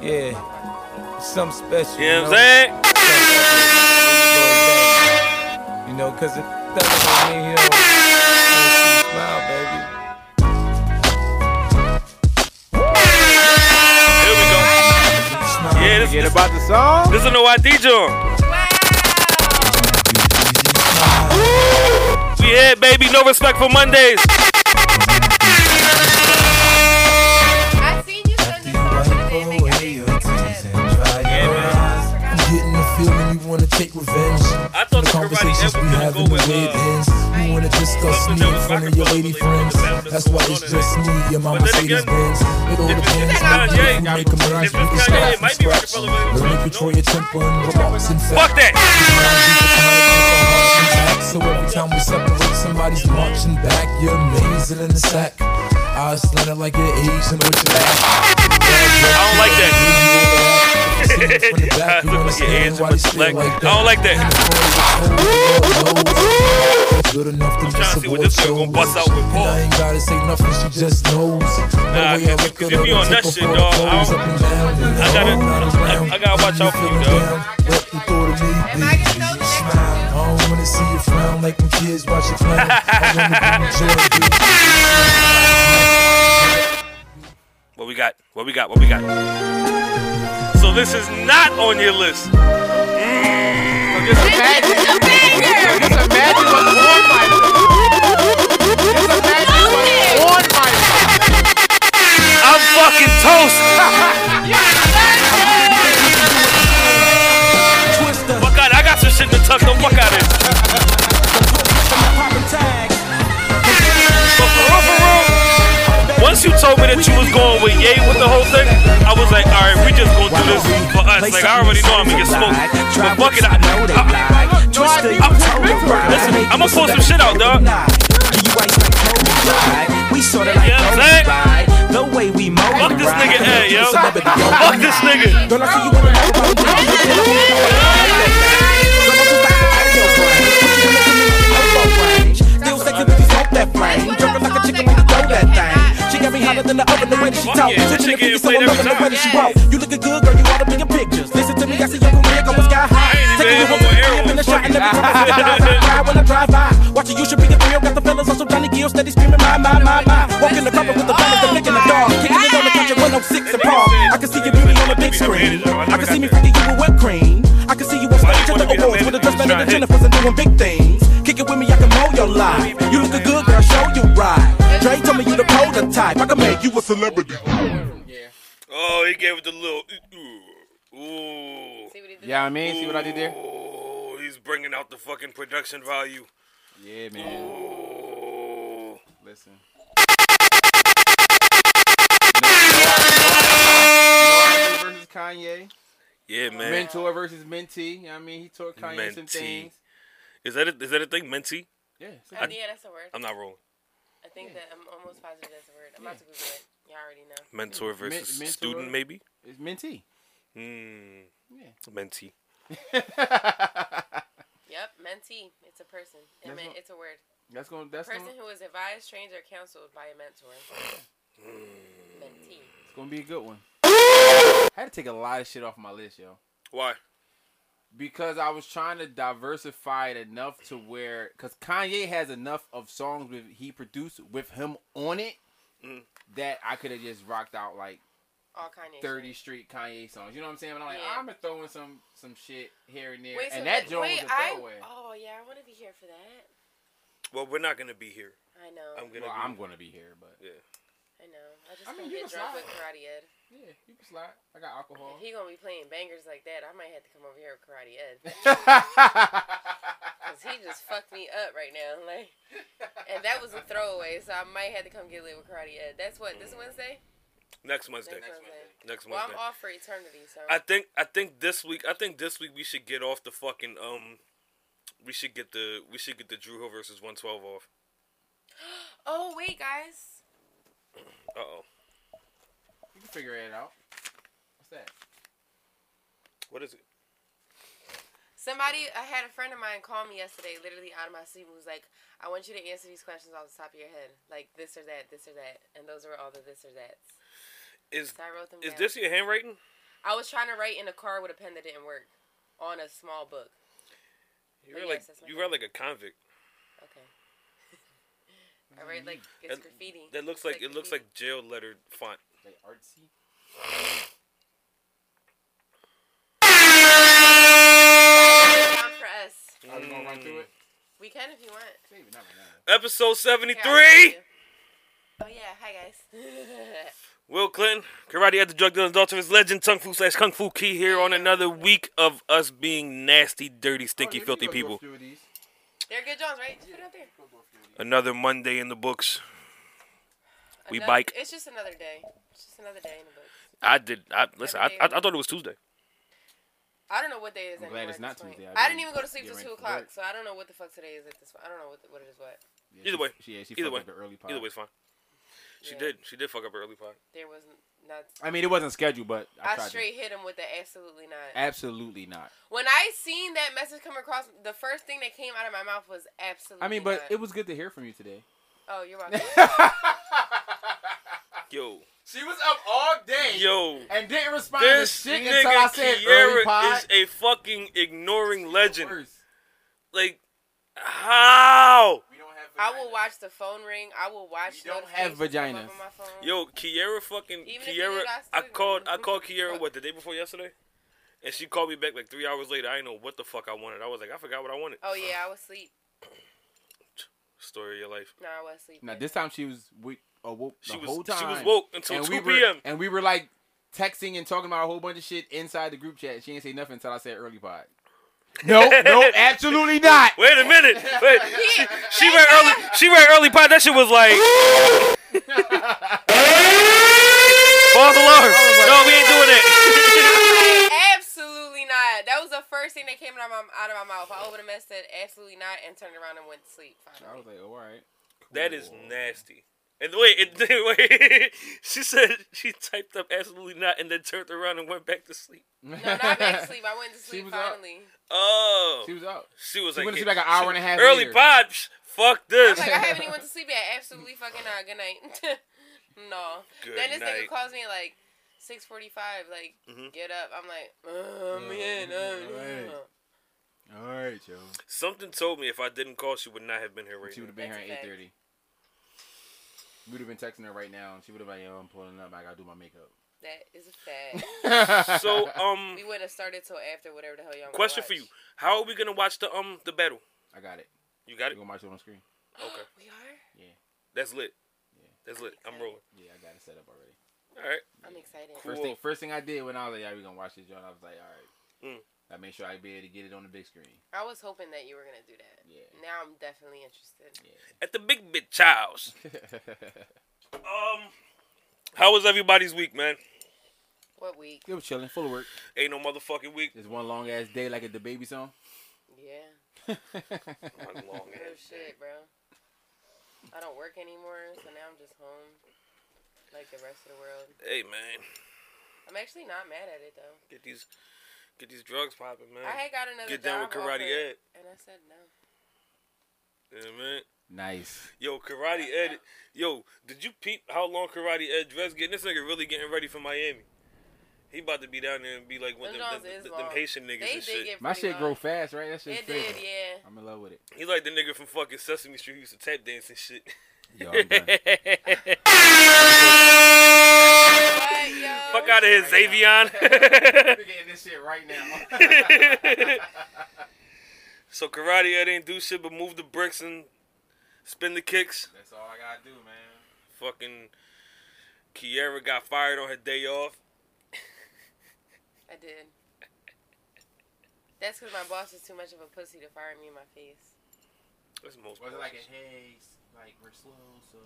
Yeah, something special. You know you what I'm know? saying? You know, cause if that was me, he don't he don't smile, baby. Here we go. Smile. Yeah, this, Forget this, about the song. this is no ID joint. We had baby, no respect for Mondays. I seen you send this song to the name Getting the feeling you wanna take revenge. I thought the the karate conversations ever we gonna have go in the with way it uh, ends. You wanna discuss something me that in was front Rockefeller of your lady related, friends. but that was That's why going it's on in just me and my But then Mercedes again, Benz. It all if it's depends Kanye, on if you make a if marriage, it's we can Kanye, start it from might be scratch. Rockefeller related, Learn to but control no. your temper and remarks in fact. Fuck that. So every time we separate, somebody's marching back. You're amazing in the sack. I slant it like your age and what you lack. I don't like that. From the back, you Look like your understand hands why are they still black. like I that. don't like that. Good enough to trying to miss see a boy what this girl gonna bust out with And Paul. I ain't gotta say nothing, she just knows. Nah, way I cause- look at cause if her, you on take that her shit, for the dog, I photos don't- up and down and I gotta- all out around. I gotta watch out for you, Feeling dog. down, Let the thought of me Am I gonna know the next one? I don't wanna see you frown like when kids watch you clown. I wanna be in jail, dude. What we got? What we got? What we got? So this is not on your list. Mm. Just imagine. Just imagine what's on my list. Just imagine what's on my list. I'm fucking toast. Twister, Fuck out. Oh I got some shit to tuck the fuck out of. This. poppin' tags. But for real, for real, Once you told me that you was going with Ye with the whole thing, I was like, all right, we just gonna do this for us. Like I already know I'm gonna get smoked. But fuck it, I, I, Twister, you I'm- told me right. listen, I'ma pull some shit out, dog. You ice like Kobe, right? We sorta like You know what I'm saying? Kobe, right? The way we mold Fuck this right? nigga head, yo. Celebrity, yo. fuck this nigga. Girl, I see you wanna know about me. Girl, I just like to your brain. You listen to me in the low range. Still sexy if you smoke that flame. Drippin' like a chicken when you throw that thing. She got me hotter than the oven, the way that she Fuck talk. yeah, that Touching shit the getting fingers, so played I'm every loving the way time. that she roll. You looking good, girl, you ought to be in pictures. Listen to me, I see your career going sky ain't high. even Take a hit my look arrow. up in the shot and every time I drive by, cry when I drive by. Watching you should be a real, got the fellas on some Johnny Gill, steady screaming, my, my, my, my. Walking the carpet with the fellas, the lick and the dog. Kicking it on the couch at 106 and Paul. I can see your beauty on the big screen. I can see me freaking you with whipped cream. I can see you on Why you stage at wanna the be the awards man with a that dress better you than tryna hit? Jennifer's and doing big things. Kick it with me, I can mold your life. You look good, girl, show you right. Dre told me you the prototype. I can make you a celebrity. Oh, he gave it the little. Ooh. Ooh. Yeah, I mean, see what I did there? Ooh, he's bringing out the fucking production value. Yeah, man. Ooh. Listen. versus Kanye. Uh, Yeah, man. Mentor versus mentee. You know what I mean, he taught Kanye some Mentee. things. Is that a, is that a thing? Mentee? Yeah. it's Yeah, okay. that's a word. I'm not wrong. I think that I'm almost positive that's a word. I'm about to Google it. Y'all already know. Mentor versus mentor. student, maybe. It's mentee. Mm. Yeah. Mentee. Yep, mentee. It's a person. I mean, it's a word. That's gonna. That's gonna, Person who is advised, trained, or counseled by a mentor. mentee. it's gonna be a good one. I had to take a lot of shit off my list, yo. Why? because I was trying to diversify it enough to where because Kanye has enough of songs with he produced with him on it Mm. that I could have just rocked out like All Kanye. 30 street Kanye songs. You know what I'm saying? But I'm like, Yeah. I'm gonna throw in some some shit here and there, Wait, so and that joint wait, was a I, throwaway. oh yeah, I want to be here for that. Well, we're not gonna be here. I know. I'm gonna. well, be, I'm gonna be here, but I know. I just I mean, couldn't you get can drunk slide. with Karate Ed. yeah, you can slide. I got alcohol. If he gonna be playing bangers like that, I might have to come over here with Karate Ed. Cause he just fucked me up right now, like, and that was a throwaway, so I might have to come get lit with Karate Ed. That's what this Wednesday. next Wednesday. Mm-hmm. Next Wednesday. Next Well, Wednesday. I'm off for eternity, so I think I think this week I think this week we should get off the fucking um we should get the we should get the Drew Hill versus 112 off. Oh wait, guys. Uh oh. you can figure it out. What's that? What is it? So Somebody, I had a friend of mine call me yesterday, literally out of my sleep, and was like, "I want you to answer these questions off the top of your head, like this or that, this or that," and those were all the this or that's. Is So I wrote them is down. this your handwriting? I was trying to write in a car with a pen that didn't work, on a small book. You But read like yes, that's my you read like a convict. Okay. I write like That- it's graffiti. That looks It's like it looks graffiti. like jail letter font. Like artsy. Time for us. Are we gonna run through Mm. it? We can if you want. Maybe not right Episode seventy Here, I'll three. show you. Oh yeah, hi guys. Will Clinton, karate at the drug dealer's daughter is legend, tung fu slash kung fu key here on another week of us being nasty, dirty, stinky, now. filthy people. They're good Johns, right? Just put it out there. Another Monday in the books. We Another- bike. It's just another day. It's just another day in the books. I did. I listen. I, Every day I, of the I thought it was Tuesday. I don't know what day it is. I'm anymore glad it's at not this point. Tuesday. I I, didn't didn't even go to sleep get till ready two for o'clock, work. so I don't know what the fuck today is at this. I don't know what the, what it is. What Either way. Yeah, she Either fucked way. up the early part. Either way, it's fine. She Yeah. did. She did fuck up her early pod. there was n- not. I mean, it wasn't scheduled, but I, I, tried to- straight hit him with the absolutely not. Absolutely not. when I seen that message come across, the first thing that came out of my mouth was absolutely. I mean, but not. it was good to hear from you today. Oh, you're welcome. Yo, She was up all day yo. and didn't respond This to shit until I nigga said early Kiera pod. is a fucking ignoring legend. Worse. Like, how? We don't have I will watch the phone ring. I will watch. We don't notifications have come up vaginas. On my phone. Yo, Kiera fucking Even if you Kiera. did, I still I called. I wouldn't. called Kiera what the day before yesterday, and she called me back like three hours later. I didn't know what the fuck I wanted. I was like, I forgot what I wanted. Oh yeah, I was asleep. Story of your life. No, I was asleep. Now this time she was we, uh, woke the She was whole time. she was woke until and two we were, p.m. And we were like texting and talking about a whole bunch of shit inside the group chat. She ain't say nothing until I said early pod. No, no, absolutely not. Wait a minute. Wait. She, she read early. She read early pod. That shit was like. False alarm. No, we ain't doing that. Absolutely not. That was the first thing that came out of my, out of my mouth. I opened a mess, said absolutely not, and turned around and went to sleep. I was Finally. like, oh, all right. that is Cool. nasty. And wait, it, wait. She said she typed up absolutely not, and then turned around and went back to sleep. No, not back to sleep. I went to She sleep was up. finally. Oh, she was up. she was like, She went to sleep like an hour and a half. early later. pod. psh, Fuck I this. was like, I haven't even went to sleep yet. Absolutely fucking not. Good night. no. Good then this night. nigga calls me like six forty five. Like, Mhm. get up. I'm like, uh, I'm in. Uh, Mm-hmm. Right. All right, yo. Something told me if I didn't call, she would not have been here right She would have now. been here That's at a fact. 8.30. We would have been texting her right now. and She would have been like, yo, I'm pulling up. I got to do my makeup. that is a fact. So, um, we wouldn't have started till after whatever the hell y'all. wanna question for watch. you: How are we gonna watch the um the battle? I got it. You got You it. going to watch it on the screen? Okay. We are. That's lit. Yeah. That's lit. I'm rolling. Yeah, I got it set up already. All right. I'm excited. Cool. First thing, first thing I did when I was like, yeah, we going to watch this, joint, I was like, all right. Mm. I made sure I'd be able to get it on the big screen. I was hoping that you were gonna do that. Yeah. Now I'm definitely interested. At the big bitch house. Um, how was everybody's week, man? What week? it was chilling, full of work. Ain't no motherfucking week. It's one long ass day like at the baby song. Yeah. My long Real ass day. Oh, shit, bro. I don't work anymore, so now I'm just home, like the rest of the world. Hey man, I'm actually not mad at it though. get these, get these drugs popping, man. I had got another Mm. get down with job karate offer, ed. and I said no. Yeah, man. nice. Yo, karate ed. Yo, did you peep how long karate ed dress getting? This nigga really getting ready for Miami. He about to be down there and be like one of Them them, joints them, is them long. Haitian niggas They and did shit. get My pretty shit grow long. fast, right? That shit's It did, crazy. yeah. I'm in love with it. He like the nigga from fucking Sesame Street who used to tap dance and shit. Yo, I'm done. But yo, Fuck out of here, Xavion. We're getting this shit right now. so karate Ed ain't do shit but move the bricks and spin the kicks. That's all I gotta do, man. Fucking Kiera got fired on her day off. I did. That's because my boss is too much of a pussy to fire me in my face. That's the most. Was it bullshit. like a hey, like we're slow, so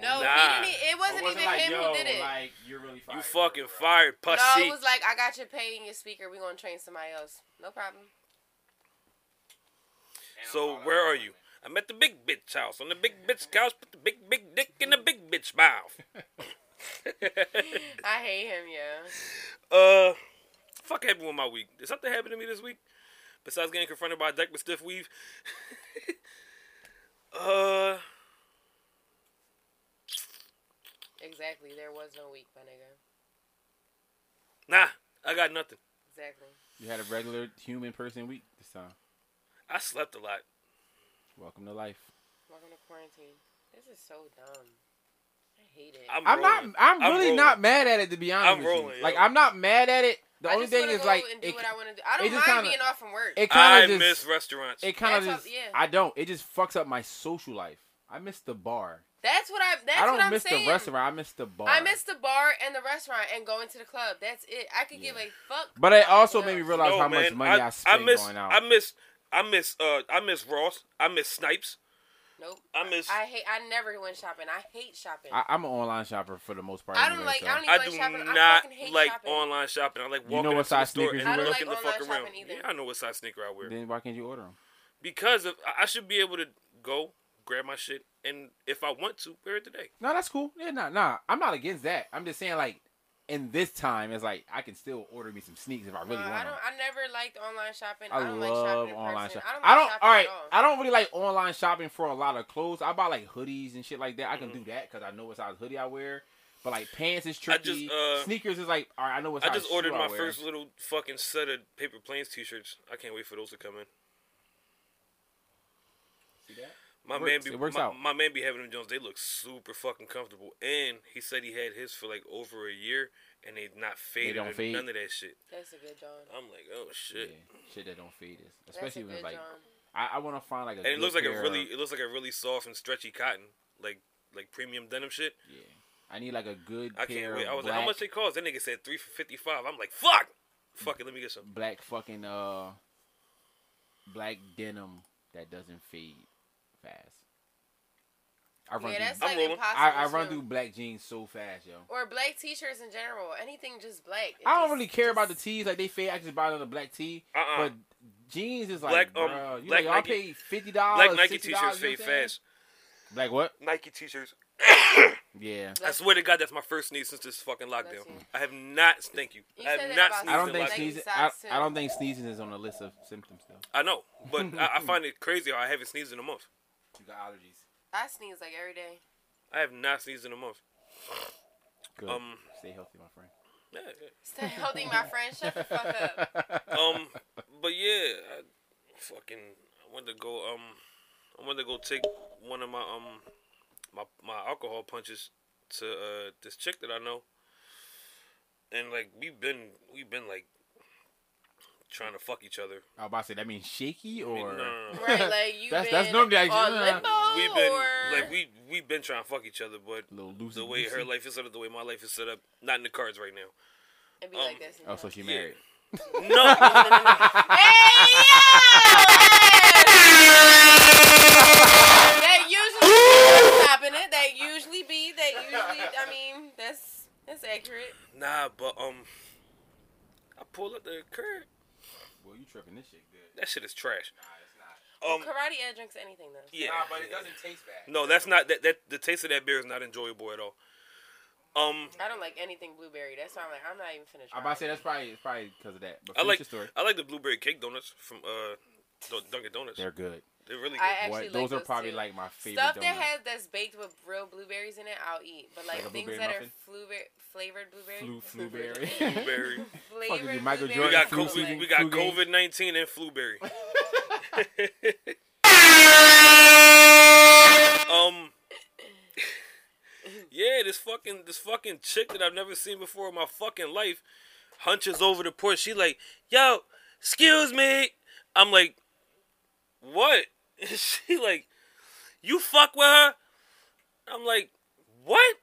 No, Nah. he didn't, e- it wasn't, Or was it even like, him yo, who did it. Like you're really fired. you fucking fired, Oh, pussy. No, it was like I got your pay and your speaker. We gonna train somebody else. No problem. so where are you? I'm at the big bitch house. On the big bitch couch, put the big big dick in the big bitch mouth. I hate him, yeah. uh, fuck happened with my week. Did something happen to me this week? Besides getting confronted by a deck with stiff weave. uh, Exactly. There was no week, my nigga. nah, I got nothing. Exactly. You had a regular human person week this time. I slept a lot. Welcome to life. Welcome to quarantine. This is so dumb. I hate it. I'm, I'm not. rolling. I'm really rolling. not mad at it to be honest I'm with rolling, you. Like yo. I'm not mad at it. The I only just wanna thing is go like and do it, what I want to do. I it don't just mind kinda- being off from work. it I kind of miss just. restaurants. It kind of That's what- just. yeah. I don't. It just fucks up my social life. I miss the bar. that's what I. That's I don't what I'm miss saying. the restaurant. I miss the bar. I miss the bar and the restaurant and going to the club. That's it. I could give a fuck. But it about also anything made me else. realize No, how much man, money I, spent miss, going out. I miss. I miss. Uh, I miss Ross. I miss Snipes. Nope. I miss. I hate. I never went shopping. I hate shopping. I, I'm an online shopper for the most part. I don't anyway, like- so. I don't even- I like do shopping. I not fucking hate like shopping. online shopping. I like walking know into what the size store sneakers and you wear? I don't looking like the fuck online around. shopping either. Yeah, I know what size sneaker I wear. Then why can't you order them? because of, I I should be able to go grab my shit and if I want to wear it today. No, that's cool. Yeah, nah, nah. I'm not against that. I'm just saying like, in this time, it's like I can still order me some sneaks if I really No, want Uh, I 'em. don't. I never liked online shopping. I, I, don't like love shopping in online person. shopping. I don't. Like all right. shopping at all. I don't really like online shopping for a lot of clothes. I buy like hoodies and shit like that. I can do that because I know what size hoodie I wear. But like pants is I tricky. just, uh, Sneakers is like, all right, I know what size I just shoe ordered my wear. first little fucking set of paper planes t-shirts. I can't wait for those to come in. See that? My It man works- be it works my, out. my man be having them Jones. They look super fucking comfortable, and he said he had his for like over a year, and they not faded don't or fade. none of that shit. That's a good John. I'm like, oh Yeah, shit, shit that don't fade is, That's a especially when good it's like, John. I, I want to find like a. and it good looks like pair a of- really, it looks like a really soft and stretchy cotton, like like premium denim shit. Yeah. I need like a good I pair can't wait. of I was black, like, how much they cost? That nigga said three for fifty five. I'm like, fuck, fuck it. Let me get some. black fucking uh black denim that doesn't fade fast. I run Yeah, that's through, like rolling. impossible. I, I run too. through black jeans so fast, yo. or black t-shirts in general. Anything just black. It I don't just- really care about the just- tees, like they fade. I just buy another black tee. Uh-uh. But jeans is like, Black, um, bruh, you black know, y'all Nike- pay fifty dollars. Black Nike t-shirts fade fast. Black what? Nike t-shirts. Yeah. I Bless swear to God, that's my first sneeze since this fucking Bless lockdown. you. I have not. Thank you. You I said have that not about sneezed. I don't in think lockdown. Nike sneezing. I, socks, I too. don't think sneezing is on the list of symptoms though. I know, but I, I find it crazy. How I haven't sneezed in a month. You got allergies. I sneeze like every day. I have not sneezed in a month. Good. Um, Stay healthy, my friend. Yeah, yeah. Stay healthy, my friend. Shut the fuck up. Um, but yeah, I fucking I wanted to go. Um, I wanted to go take one of my um my my alcohol punches to uh this chick that I know, and like we've been we've been like trying to fuck each other. I was about to say that means shaky or no, no, no. Right, like you That's- been that's normally I- on yeah. limbo We've been or like we we've been trying to fuck each other, but little loosey. the way her life is set up, the way my life is set up, not in the cards right now. It'd be um, like this. Oh, so she Yeah. married. No, no, no, no, no. That usually be stopping it. That usually be. That usually. I mean, that's that's accurate. Nah, but um, I pull up the curb. Well, you tripping this shit good. That shit is trash. Nah, it's not. Um, Karate air drinks anything though. yeah. taste bad. No, that's not that. That the taste of that beer is not enjoyable at all. Um, I don't like anything blueberry. That's why I'm like, I'm not even finished. I'm about to say that's probably it's probably because of that. But I finish like your story. uh, I like the blueberry cake donuts from uh Dun- Dunkin' Donuts. They're They're, good. really good. I actually What? like those are those probably too. like my favorite Stuff donuts. that has that's baked with real blueberries in it, I'll eat. But like, Like a things blueberry that are muffin? fluber- flavored blueberry, Flu- blueberry. Blueberry. flavored Fucking Michael blueberry, Jordan we got Flu co- we, season, we got flu game. COVID nineteen and fluberry. um. Yeah, this fucking this fucking chick that I've never seen before in my fucking life hunches over the porch. She like, yo, excuse me. I'm like, what? she like, you fuck with her? I'm like, what?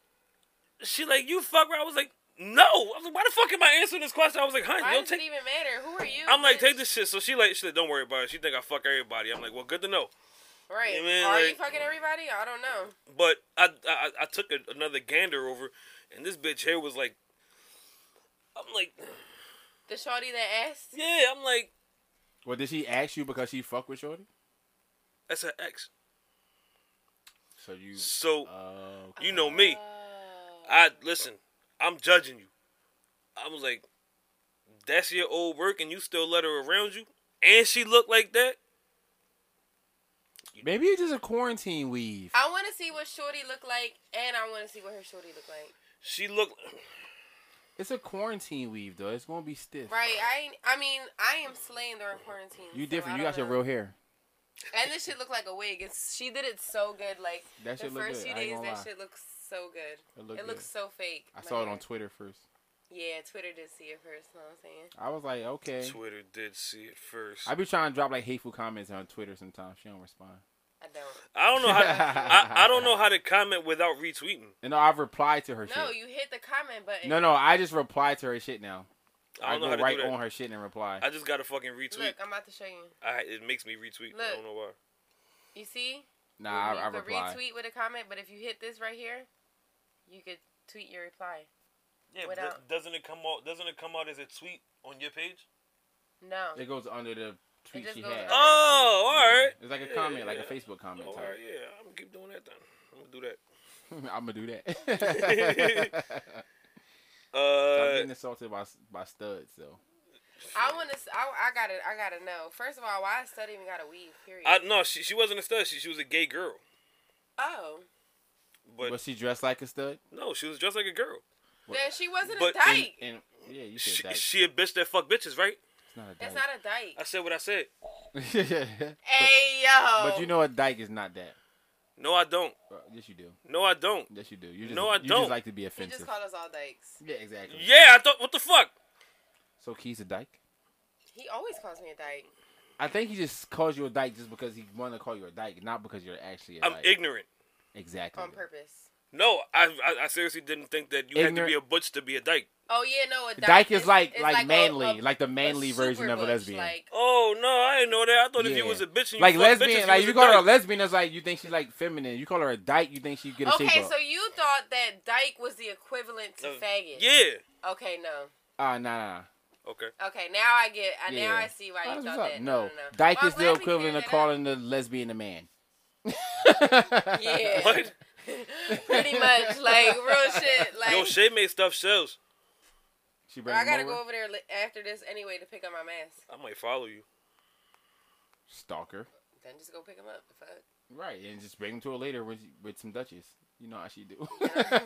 She like, you fuck with her? I was like, no. I was like, why the fuck am I answering this question? I was like, hun, Why yo, does take it even matter? Who are you? I'm like, bitch? take this shit. So she like, she like, don't worry about it. She think I fuck everybody. I'm like, well, good to know. Right? Yeah, man, are you like- fucking everybody? I don't know. But I I, I took a, another gander over, and this bitch here was like, I'm like, The shorty that asked. yeah, I'm like, Well, did she ask you because she fuck with Shorty? that's her ex. So you. So Uh, you know me. Oh. I listen. I'm judging you. I was like, that's your old work, and you still let her around you. and she looked like that. Maybe it's just a quarantine weave. I want to see what Shorty look like, and I want to see what her Shorty look like. She looked. It's a quarantine weave though. It's gonna be stiff. Right? I ain't- I mean, I am slaying during quarantine. You so different. I You don't got your know. real hair. And this shit looked like a wig. It's she did it so good. Like That the shit look first good. few I ain't days, gonna that lie. shit looks so good. It look it looks so fake. I My saw it hair. on Twitter first. Yeah, Twitter did see it first. Know what I'm saying? I was like, okay. Twitter did see it first. I be trying to drop like hateful comments on Twitter sometimes. She don't respond. I don't. I don't know how. I, I don't know how to comment without retweeting. And no, I've replied to her No, shit. you hit the comment button. No, no, I just reply to her shit now. I I, don't know how go to right do that. on her shit and reply. I just got to fucking retweet. Look, I'm about to show you. I, it makes me retweet. I Look. don't know why. You see? nah, you I, I could reply. retweet with a comment, but if you hit this right here, you could tweet your reply. Yeah, but Without- doesn't it come out? Doesn't it come out as a tweet on your page? No. It goes under the tweet just she goes had. under. Oh, all right. It's like a comment, like a Facebook comment. Oh, all right, Type. yeah. I'm gonna keep doing that then. I'm gonna do that. I'm gonna do that. I'm Uh, getting assaulted by by studs though. I want to. I, I gotta. I gotta know. First of all, why is stud even got a weave? Period. I no, she she wasn't a stud. She she was a gay girl, oh, but Was she dressed like a stud? no, she was just like a girl. then she wasn't But a in- dyke. And yeah, you She, said that. she a bitch that fuck bitches, right? It's not a That's dyke. not a dyke. I said what I said. hey yo. Um, but you know a dyke is not that. No, I don't. Uh, Yes, you do. No, I don't. Yes, you do. You just, No, I you don't. just like to be he offensive. just called us all dykes. yeah, exactly. Yeah, I thought. What the fuck? So Key's a dyke. He always calls me a dyke. I think he just calls you a dyke just because he wanted to call you a dyke, not because you're actually a I'm dyke. ignorant. exactly. On purpose. No, I, I I seriously didn't think that you had to Ignorant- be a butch to be a dyke. Oh yeah, no, a dyke, Dyke is like it's like, a- manly, a- like the a manly version super of a butch, lesbian. Like, Oh no, I didn't know that. I thought if you Yeah. was a bitch and you like fuck lesbian, bitches, like you, you was a call her a dyke. lesbian, it's like you think she's like feminine. You call her a dyke, you think she get a okay, shape up. so you thought that dyke was the equivalent to Uh, faggot. Yeah. Okay, no. Ah, nah, nah, nah. Okay. Okay, now I get. I Yeah. Now I see why That's you what's thought up. that. No, no, no. dyke Well, is I'm the glad we equivalent cleared of that up. calling the lesbian a man. Yeah. What? Pretty much, like real shit. Like Yo, Shay made stuff shells. She bro, bring I him gotta over. go over there li- after this anyway to pick up my mask. I might follow you. Stalker. Then just go pick him up. The fuck. Right, and just bring him to her later with with some Dutchess. You know how she do.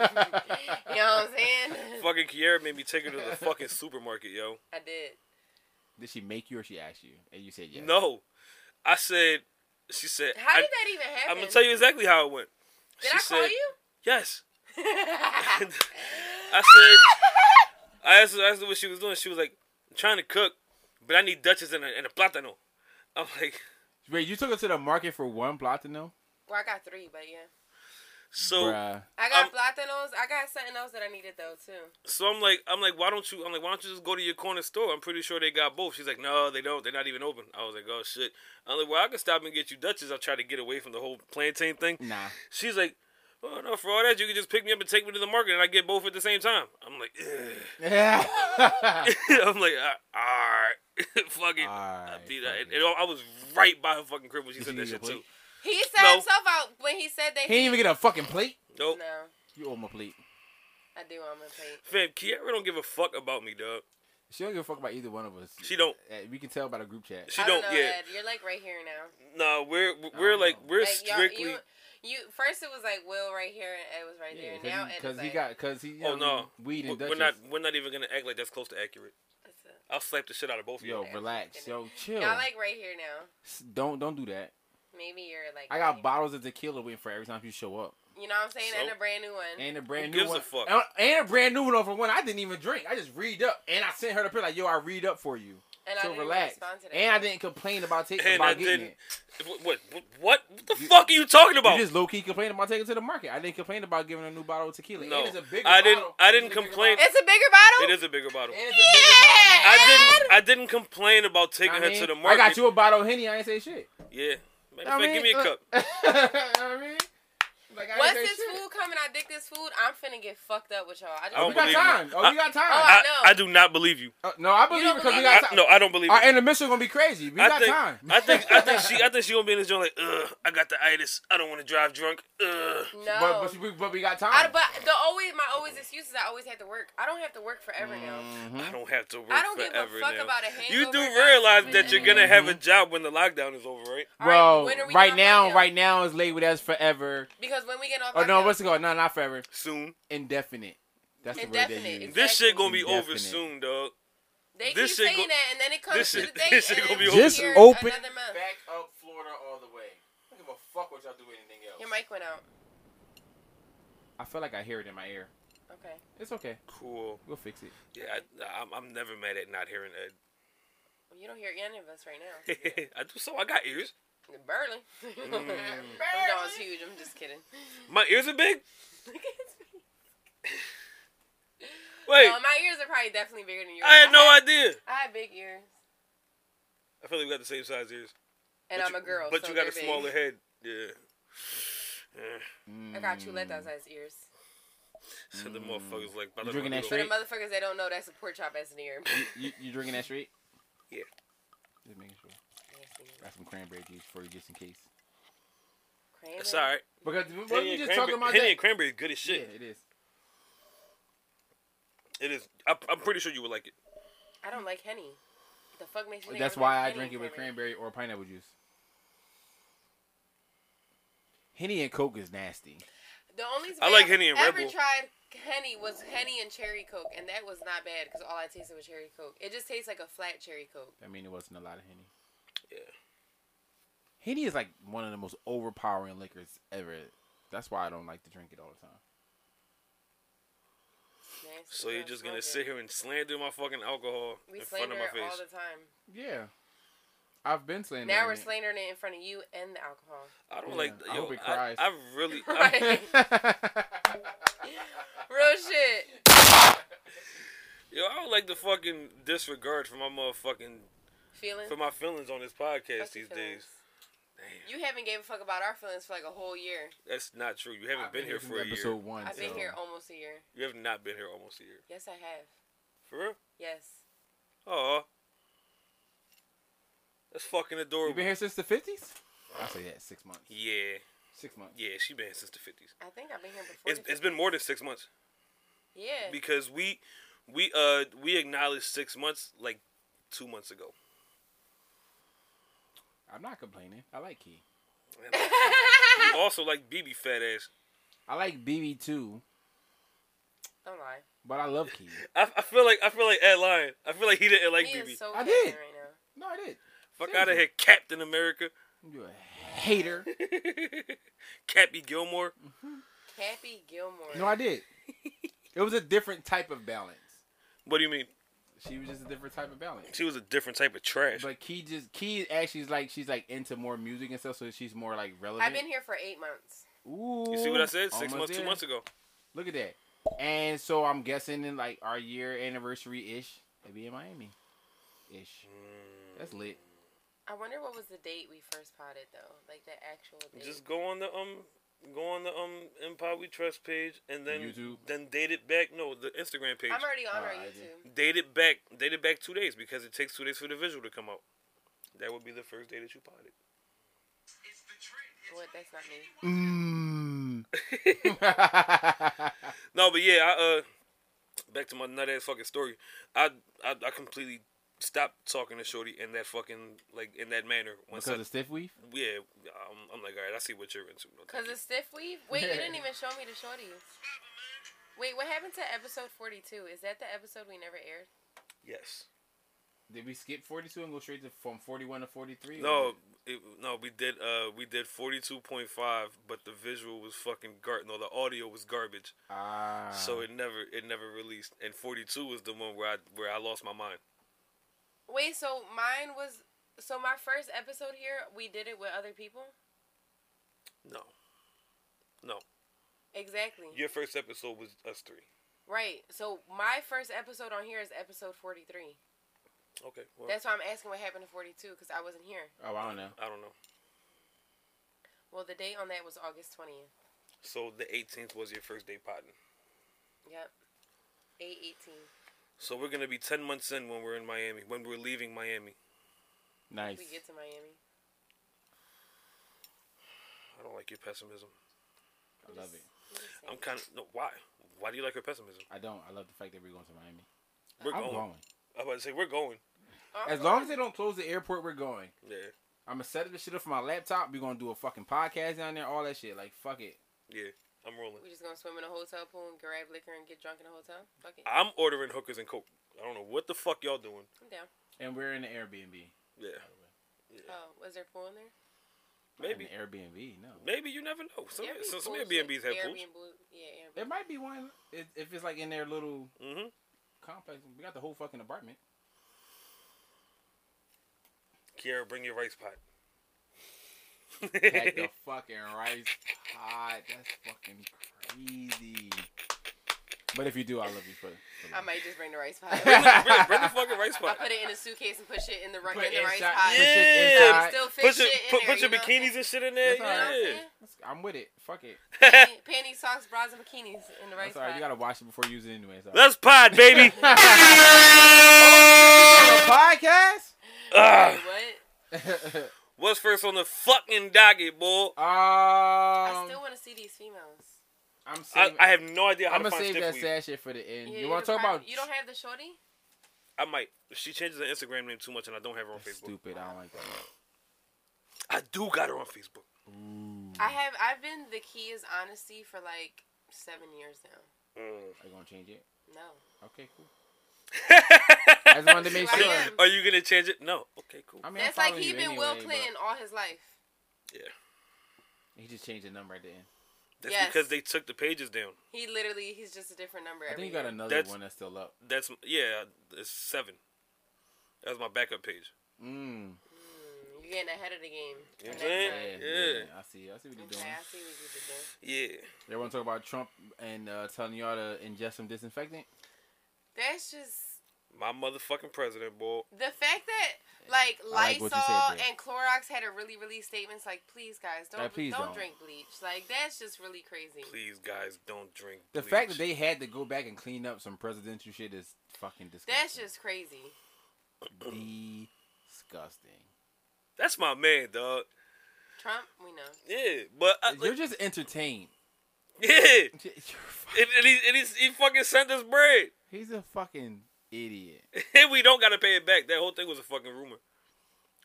You know what I'm saying? Fucking Kiera made me take her to the fucking supermarket, yo. I did. Did she make you or she asked you? And you said yes. No, I said. She said. How I, did that even happen? I'm gonna tell you exactly how it went. she Did I call said- you? Yes. I said. I asked, her, I asked her what she was doing. She was like, I'm trying to cook, but I need Dutchess and a, and a platano. I'm like, Wait, you took her to the market for one platano? Well, I got three, but yeah. so Bruh. I got Um, platanos. I got something else that I needed though too. so I'm like I'm like why don't you I'm like why don't you just go to your corner store? I'm pretty sure they got both. She's like, no, they don't. They're not even open. I was like, oh shit. I'm like, well, I can stop and get you Dutchess. I'll try to get away from the whole plantain thing. Nah. She's like, oh no, for all that you can just pick me up and take me to the market, and I get both at the same time. I'm like, "Ugh." I'm like, "Ah, all right, fuck it. I Alright, did fuck that. it. And I was right by her fucking crib when she Did said you that get shit a too. plate? He sat No. himself out when he said that. He didn't even get a fucking plate. Nope, No, You owe him a plate. I do. I'm gonna plate. fam, Kiara don't give a fuck about me, dog. She don't give a fuck about either one of us. She don't. Uh, we can tell by the group chat. She I don't. don't know, yeah, Ed. You're like right here now. nah, we're we're don't like know. we're Like y'all, strictly. you, you first it was like Will right here and Ed was right Yeah, there. Now Ed because is he, like, got because he. You Oh know, no, weed and we're Dutchess. we're not we're not even gonna act like that's close to accurate. I'll slap the shit out of both of you. Yo, relax. Yo, chill. y'all like right here now. S- don't don't do that. Maybe you're like. I right got here. bottles of tequila waiting for every time you show up, You know what I'm saying? and So? a brand new one. and a brand gives new one, a fuck? and- and a brand new one over one I didn't even drink. I just read up, and I sent her the picture like, "Yo, I read up for you." And I so didn't relax. respond to that. And I didn't complain about taking And about I getting didn't. it. What, what? What? What the fuck are you talking You about? just low key complained about taking it to the market. I didn't complain about giving her a new bottle of tequila. No, and it's a bigger I didn't- bottle. I didn't It's a bigger complain. bottle. It's a bigger bottle. It is a bigger bottle. And it's a bigger bottle. I didn't. I didn't complain about taking I mean, her to the I market. got you a bottle of henny. I ain't say shit. Yeah. Matter I of fact, mean, give me a uh, cup. you know what I mean? like, I ain't Once say this shit. food come and I dick this food, I'm finna get fucked up with y'all. I just, I don't We got believe you. time. Oh, we got time. I, know. I do not believe you. Uh, no, I believe don't it because we believe I, got time. no, I don't believe you. Our intermission gonna be crazy. We I got think, time. I think I think she I think she gonna be in this joint like, ugh, I got the itis. I don't want to drive drunk. Ugh. no. But, but, we, but we got time. I, but the always my always excuse is I always had to work. I don't have to work forever now. Hmm? I don't have to work I don't give a forever fuck now. about a you do hangover, realize not that you're gonna have Hmm? a job when the lockdown is over, right? All Bro, when are we right not now, lockdown? right now is labeled as forever. Because when we get off, Oh no, lockdown- what's it called? No, not forever. Soon. Indefinite. That's the word they Indefinite. use. This shit gonna be over Indefinite. soon, dog. they this shit keep go- saying that, and then it comes this to shit- the date. this shit and gonna be it's over. here Just open- Another month. Back up Florida all the way. I don't give a fuck what y'all do anything else. Your mic went out. I feel like I hear it in my ear. Okay. It's okay. Cool. We'll fix it. Yeah, I, I'm, I'm never mad at not hearing Ed. Well, you don't hear any of us right now. I do so. I got ears. Barely. Mm. Them dogs huge. I'm just kidding. My ears are big. Look at his face. Wait, No, my ears are probably definitely bigger than yours. I had no idea. Um, I have big ears, I feel like we got the same size ears. and But I'm you- a girl. But so you got they're a smaller big. head. Yeah. Yeah. I got chuleta size ears. So the motherfuckers like. Mm. You drinking that For the straight? motherfuckers that don't know, that's a pork chop as an ear. You, you drinking that straight? Yeah. Just making sure. Got some cranberry juice for you, just in case. That's all right. Because what Henny we and, just talking cranberry, about? Henny That? and cranberry is good as Yeah, shit. it is. It is. I, I'm pretty sure you would like it. I don't like henny. The fuck makes you think That's would like why I Henny drink it with flavor? cranberry or pineapple juice. Henny and Coke is nasty. The only I bad like Henny and I've Red ever Bull. tried Henny was Henny and cherry Coke, and that was not bad because all I tasted was cherry Coke. It just tastes like a flat cherry Coke. I mean, it wasn't a lot of Henny. Yeah. Henny is like one of the most overpowering liquors ever. That's why I don't like to drink it all the time. Nasty So you're stuff. just Not gonna good. sit here and slander my fucking alcohol We in front slander of my it all face. the time. Yeah. I've been slandering. Now we're it. slandering it in front of you and the alcohol. I don't Yeah, like. I yo, hope it I- cries. I, really. I, Right. Real shit. yo, I don't like the fucking disregard for my motherfucking Feeling. for my feelings on this podcast these days. You haven't gave a fuck about our feelings for like a whole year. That's not true. You haven't been here Since for a episode year. one. I've been so- here almost a year. You have not been here almost a year. Yes, I have. For real? Yes. Oh. That's fucking adorable. You've been here since the fifties. I say that six months. Yeah, Six months. yeah. She been here since the fifties. I think I've been here before. It's the it's been more than six months fifth- Yeah. because we we uh we acknowledged six months like two months ago. I'm not complaining. I like Key. You also like BB fat ass. I like BB too, Don't lie. but I love Key. I, I feel like I feel like Ed lying. I feel like he didn't like He BB. is so I I did. right now. No, I did. Fuck out of here, Captain America, You a hater? Cappy Gilmore. Happy Gilmore. No, I did. It was a different type of balance. What do you mean? She was just a different type of balance. She was a different type of trash. But Key just Key actually is like she's like into more music and stuff, so she's more like relevant. I've been here for eight months. Ooh, you see what I said? Six almost months, two there. months ago. Look at that. And so I'm guessing in like our year anniversary ish, it'd be in Miami, ish. Mm. That's lit. I wonder what was the date we first potted though, like the actual date. Just go on the um, go on the um Empire We Trust page, and then YouTube. then date it back. No, the Instagram page. I'm already on Oh, our I YouTube. date it back. Date it back two days because it takes two days for the visual to come out. That would be the first day that you potted. What? That's not me. Mm. No, but yeah, I uh back to my nut ass fucking story. I, I I completely stopped talking to Shorty in that fucking like in that manner. Once because I, of stiff weave. yeah, I'm, I'm like, all right, I see what you're into. No, Cause thank you. it's stiff weave. Wait, you didn't even show me the shorties. Wait, what happened to episode 42? Is that the episode we never aired? yes. Did we skip 42 and go straight to from 41 to 43? No, it, no, we did uh we did 42.5, but the visual was fucking gar. No, the audio was garbage, Ah. so it never it never released. And 42 was the one where I where I lost my mind. Wait, so mine was. So my first episode here, we did it with other people. No, no, Exactly. your first episode was us three. Right. So my first episode on here is episode 43. Okay, well, That's why I'm asking what happened to 42 because I wasn't here. oh, I don't know. I don't know. Well, the date on that was August 20th. So the 18th was your first day potting. Yep. Eight eighteen. So we're gonna be 10 months in when we're in Miami. When we're leaving Miami. Nice. We get to Miami. I don't like your pessimism. I'm I love just- it. I'm just saying. I'm kind of no. Why? Why do you like your pessimism? I don't. I love the fact that we're going to Miami. We're I'm going. I'm about to say we're going. Oh, As long as they don't close the airport, we're going. Yeah. I'm gonna set up the shit up for my laptop. We're gonna do a fucking podcast down there. All that shit. Like fuck it. Yeah. I'm rolling. we just gonna swim in a hotel pool and grab liquor and get drunk in a hotel. Fuck it. I'm ordering hookers and coke. I don't know what the fuck y'all doing. I'm down. And we're in the Airbnb. Yeah. Oh, was there pool in there? Maybe. In the Airbnb. No. Maybe you never know. Some Yeah, it'd be so some pools, Airbnbs have like, pools. Airbnb, yeah, Airbnb. There might be one if if it's like in their little Mm-hmm. complex. We got the whole fucking apartment. Kiara, bring your rice pot. Pack the fucking rice pot. That's fucking crazy. But if you do, I love you for. for I life. might just bring the rice pot. bring, I the, bring, bring the fucking rice pot. put it in a suitcase and push it in the, ri- Put in the rice inside- pot. put Yeah. shit inside. Still Put fit your shit in put, put your there, you know what I'm saying? bikinis and shit in there. That's all right. yeah. I'm with it. Fuck it. Pan- Panties, socks, bras, and bikinis in the rice That's all right. You pot. gotta wash it before you use it anyway. So. Let's pod, baby. podcast. Ah. Wait, what? What's first on the fucking docket, boy? I um, still want to see these females. I'm I, saving. I have no idea how I'm to gonna find save stick that weed. sad shit for the end. Yeah, you want to talk probably- about? You don't have the shorty? I might. She changes her Instagram name too much, and I don't have her on That's Facebook. stupid. I don't like that. I do got her on Facebook. Mm. I have. I've been the key is honesty for like seven years now. Are you gonna change it? No. Okay, cool. I just wanted to make I sure. am. Are you gonna change it? No. Okay, cool. I mean, That's I'm like he been following you anyway, Will but Clinton all his life. He just changed the number at the end. That's Yes. because they took the pages down. He literally, he's just a different number. I every think you got year. another That's- one that's still up. That's yeah. It's seven. That's my backup page. Mm. You're getting ahead of the game. You know what I'm For next saying? Yeah, time. Yeah. yeah, I see. I see what you're doing. Okay, I see what you did there. Yeah. They want to talk about Trump and uh, telling y'all to ingest some disinfectant. That's just My motherfucking president, boy. The fact that like I like what Lysol you said, bro. and Clorox had to really release statements like, "Please, guys, don't Like, please don't, don't." drink bleach." Like that's just really crazy. Please, guys, don't drink. The bleach. fact that they had to go back and clean up some presidential shit is fucking That's disgusting. just crazy. That's just disgusting. that's my man, dog. Trump, we know. Yeah, but Uh, I, You're like, just entertained. yeah. You're fu- And, and, he, and he's, he fucking sent us bread. He's a fucking idiot. And we don't gotta pay it back. That whole thing was a fucking rumor.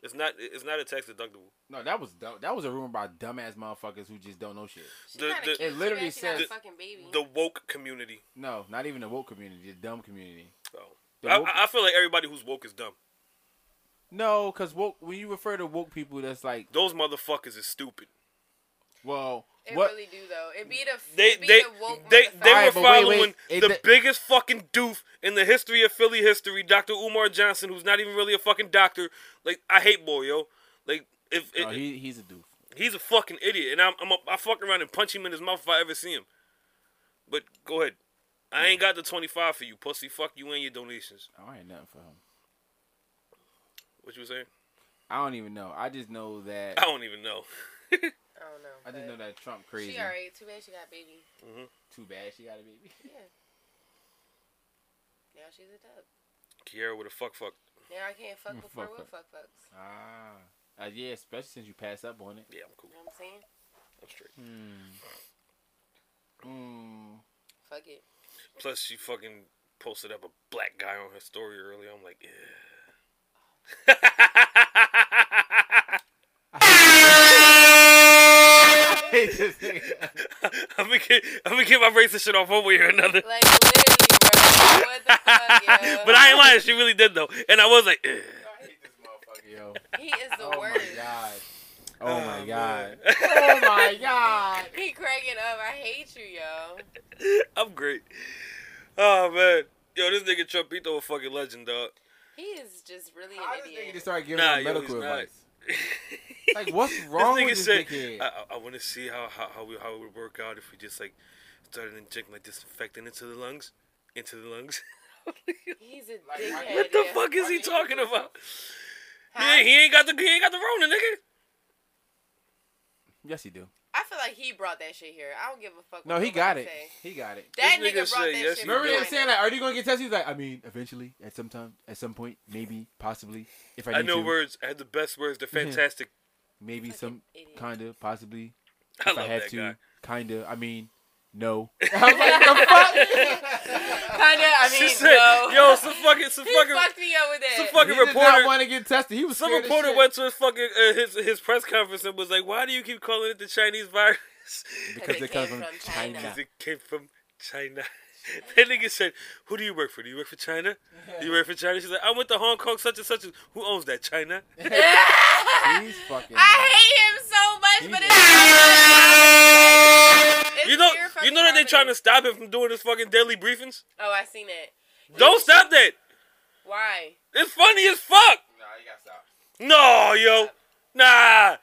It's not. It's not a tax deductible. No, that was dumb. that was a rumor about dumbass motherfuckers who just don't know shit. She's The- not a the- kid. It She literally actually not says- a fucking baby. The woke community. No, not even the woke community, the dumb community. So The I, woke- I- I feel like everybody who's woke is dumb. No, because woke when you refer to woke people, that's like, Those motherfuckers is stupid. well, it what? really do though. It be the They it be they the woke they, they Alright, were but wait, following wait. It- the the- biggest fucking doof in the history of Philly history, Dr. Umar Johnson, who's not even really a fucking doctor. Like I hate boy, yo. Like if No, it- he, he's a doof. he's a fucking idiot, and I'm I'm a, I fuck around and punch him in his mouth if I ever see him. But go ahead. I ain't got the twenty five for you, pussy. Fuck you and your donations. I ain't nothing for him. What you were saying? I don't even know. I just know that I don't even know. I don't know. I just know that Trump but crazy. She alright. Too bad she got baby. Too bad she got a baby. Now she's a dub. Kiara with a fuck fuck. Now I can't fuck Mm, before fuck Will her. fuck fucks. Ah, uh, yeah, especially since you passed up on it. Yeah, I'm cool. You know what I'm saying? I'm straight. Hmm. Mm. Fuck it. Plus, she fucking posted up a black guy on her story earlier. I'm like, yeah. I'm gonna get, I'm gonna get my racist shit off one way or another. Like literally, bro. What the fuck? Yo? But I ain't lying. She really did though, and I was like, eh. Yo. He is the Oh worst. my god. Oh my god. man. Oh my god. He cracking up. I hate you, yo. I'm great. Oh man, yo, this nigga Trumpito a fucking legend, dog. He is just really How an this nigga idiot. just started giving Nah, out yo, medical he's not. advice? Like, what's wrong with this dickhead? I, I, I want to see how, how how we how it would work out if we just like started injecting like disinfectant into the lungs, into the lungs. He's a Like, why- dickhead. what the yeah. fuck is he talking about? Huh? Yeah, he ain't got the he ain't got the Rona, nigga. Yes, you do. I feel like he brought that shit here. I don't give a fuck. No, what he got nobody it. say. He got it. That This nigga, nigga brought said yes, that shit. he behind Remember they were him. saying like, are you gonna get tested? He's like, I mean, eventually, at some time, at some point, maybe, possibly, if I need I know to, words. I had the best words. They're fantastic. maybe Fucking some idiot. kinda, possibly, I if I love have that to, guy. kinda. I mean, no. Kinda, I mean, She said, no. "Yo, some fucking, some he fucking, fucked me up with that. some fucking he did not reporter." want to get tested. He was Some scared as reporter shit. went to his fucking uh, his his press conference and was like, "Why do you keep calling it the Chinese virus? because It it comes came from from China. China. Because it came from China." that nigga said, "Who do you work for? Do you work for China? Do you work for China?" She's like, "I went to Hong Kong, such and such. and-" Who owns that China?" He's fucking. I hate him so much, but it's. It's You know, pure you fucking know that they're trying to comedy. stop him from doing his fucking daily briefings. Oh, I seen it. Don't stop that. Why? It's funny as fuck. Nah, you gotta No, stop. yo, nah.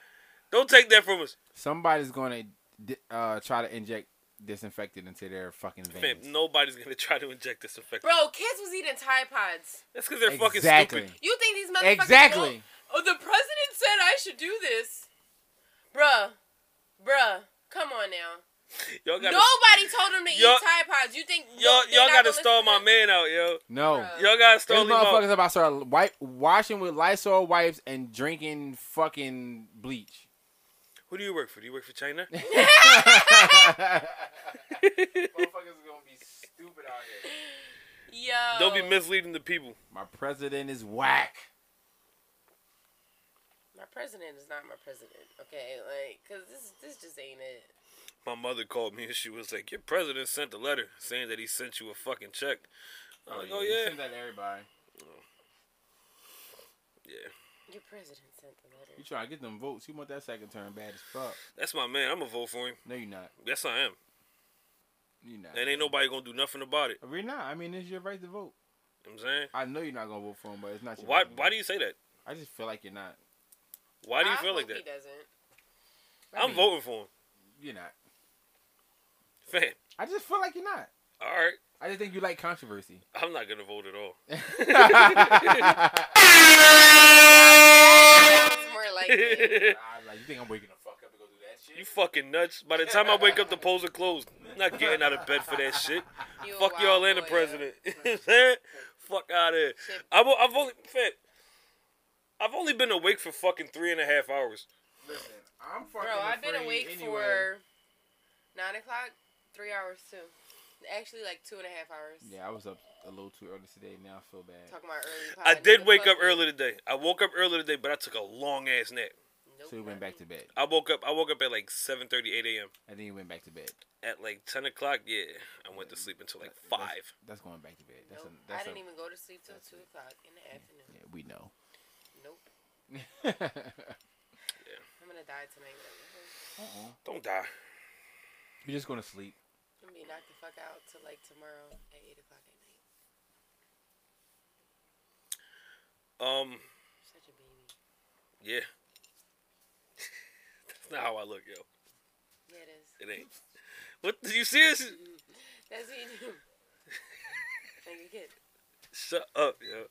Don't take that from us. Somebody's gonna di- uh, try to inject disinfectant into their fucking Fam, veins. nobody's gonna try to inject this infection. Bro, kids was eating Tide Pods. That's because they're Exactly. fucking stupid. You think these motherfuckers. Exactly. don't- Oh, the president said I should do this. Bruh. Bruh. Come on now. Y'all gotta, Nobody told him to Y'all- eat Tide Pods. You think. y'all, they're y'all not gotta gonna stall listen my to- man out, yo. No. Bruh. Y'all gotta These stall him motherfuckers out. about to start wipe washing with Lysol wipes and drinking fucking bleach. Who do you work for? Do you work for China? Motherfuckers gonna be stupid out here. Yo. Don't be misleading the people. My president is whack. My president is not my president, okay? Like, cause this this just ain't it. My mother called me and she was like, "Your president sent a letter saying that he sent you a fucking check." I'm like, "Oh yeah, that to everybody. yeah, Your president sent the letter. You trying to get them votes? You want that second term bad as fuck? that's my man. I'm gonna vote for him. No, you're not. Yes, I am. You're not. And ain't nobody gonna do nothing about it. We're not. I mean, it's your right to vote. You know what I'm saying, I know you're not gonna vote for him, but it's not your. why? right to Why vote. do you say that? I just feel like you're not. Why do you I feel like hope that? He doesn't. I'm mean- voting for him, You're not. fam. I just feel like you're not. All right, I just think you like controversy. I'm not gonna vote at all. Sounds more like it. I'm like, you think I'm waking the fuck up to go do that shit? You fucking nuts. By the time I wake up, the polls are closed. I'm not getting out of bed for that shit. You a Fuck wild y'all and the boy, yo. president. You know what I'm saying? Fuck out of here. Shit. I've, o- I've only fed. I've only been awake for fucking three and a half hours. Listen, I'm fucking Bro, I've been afraid awake anyway. for nine o'clock, three hours too. Actually, like two and a half hours. Yeah, I was up a little too early today. Now I feel bad. Talking about early. Pod, I did nigga, wake fuck up you. early today. I woke up early today, but I took a long ass nap. Nope, So we went not back to me. bed. I woke up. I woke up at like 7:30, 8 a.m. And then you went back to bed. At like 10 o'clock, yeah, I went to sleep until like five. That's going back to bed. That's Nope. a, I that's didn't a, even go to sleep till two o'clock in the afternoon. Yeah, we know. Nope. I'm gonna die tonight. Like, Don't die. You're just gonna sleep. I'm gonna be knocked the fuck out till like tomorrow at eight o'clock at night. Um, Such a baby. yeah. That's not how I look, yo. Yeah, it is. It ain't. What? You serious? That's what you do. like a kid. Shut up, yo.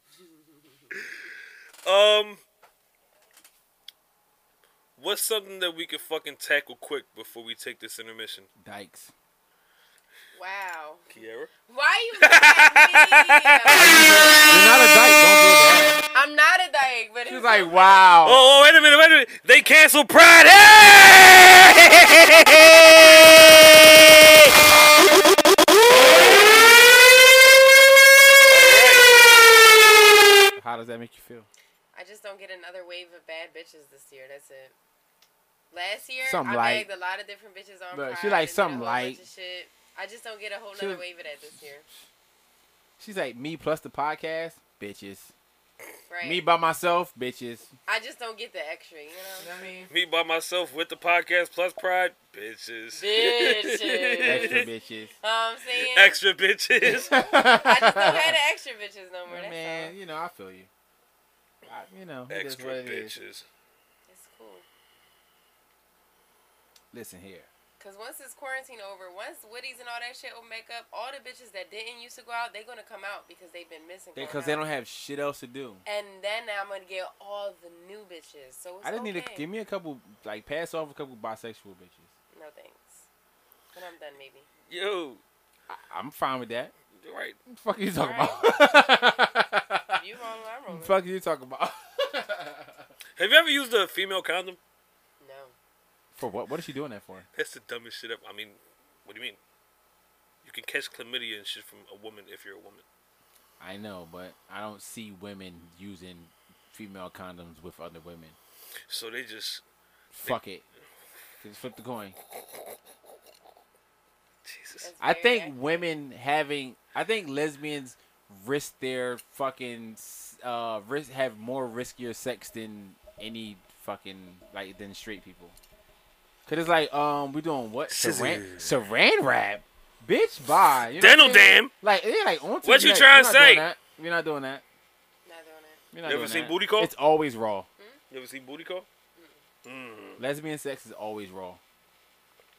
Um, what's something that we could fucking tackle quick before we take this intermission? Dykes. Wow. Kiara, Why are you looking at me? You're not a dyke. Don't feel bad. I'm not a dyke, but She's it's like, wow. Oh, oh, wait a minute, wait a minute. They canceled Pride. Hey! How does that make you feel? I just don't get another wave of bad bitches this year. That's it. Last year, Something I light. bagged a lot of different bitches on Look, Pride she like and did a something whole bunch light. of shit. I just don't get a whole She nother was- wave of that this year. She's like me plus the podcast, bitches. Right. Me by myself, bitches. I just don't get the extra, you know? I mean, Me by myself with the podcast plus Pride, bitches. Bitches. extra bitches. know what I'm saying? Extra bitches. I just don't have the extra bitches no more. That's Man, all. you know I feel you. I, you know, it is Extra what it is. bitches. It's cool. Listen here. Cause once this quarantine over, once Woody's and all that shit will make up, all the bitches that didn't used to go out, they're gonna come out because they've been missing. going Because they out. don't have shit else to do. And then I'm gonna get all the new bitches. So it's I just need to okay. give me a couple, like pass off a couple bisexual bitches. No thanks. When I'm done, maybe. Yo, I'm fine with that. right. fuck you talking Right. about? If you wrong, I'm wrong. fuck you talking about? Have you ever used a female condom? No. for what? What is she doing that for? That's the dumbest shit ever. I mean, what do you mean? You can catch chlamydia and shit from a woman if you're a woman. I know, but I don't see women using female condoms with other women. So they just Fuck it. Just flip the coin. Jesus. That's I very think accurate. women having, I think lesbians risk their fucking uh risk have more riskier sex than any fucking like than straight people. Cause it's like um we doing what saran saran wrap, bitch. Bye. You know Dental what I'm saying? dam. Like yeah, like on to What the you next. trying We're to not doing say? that. We're not doing that. Not doing it. We're not You ever doing seen that. booty call? It's always raw. You ever seen booty call? Lesbian sex is always raw.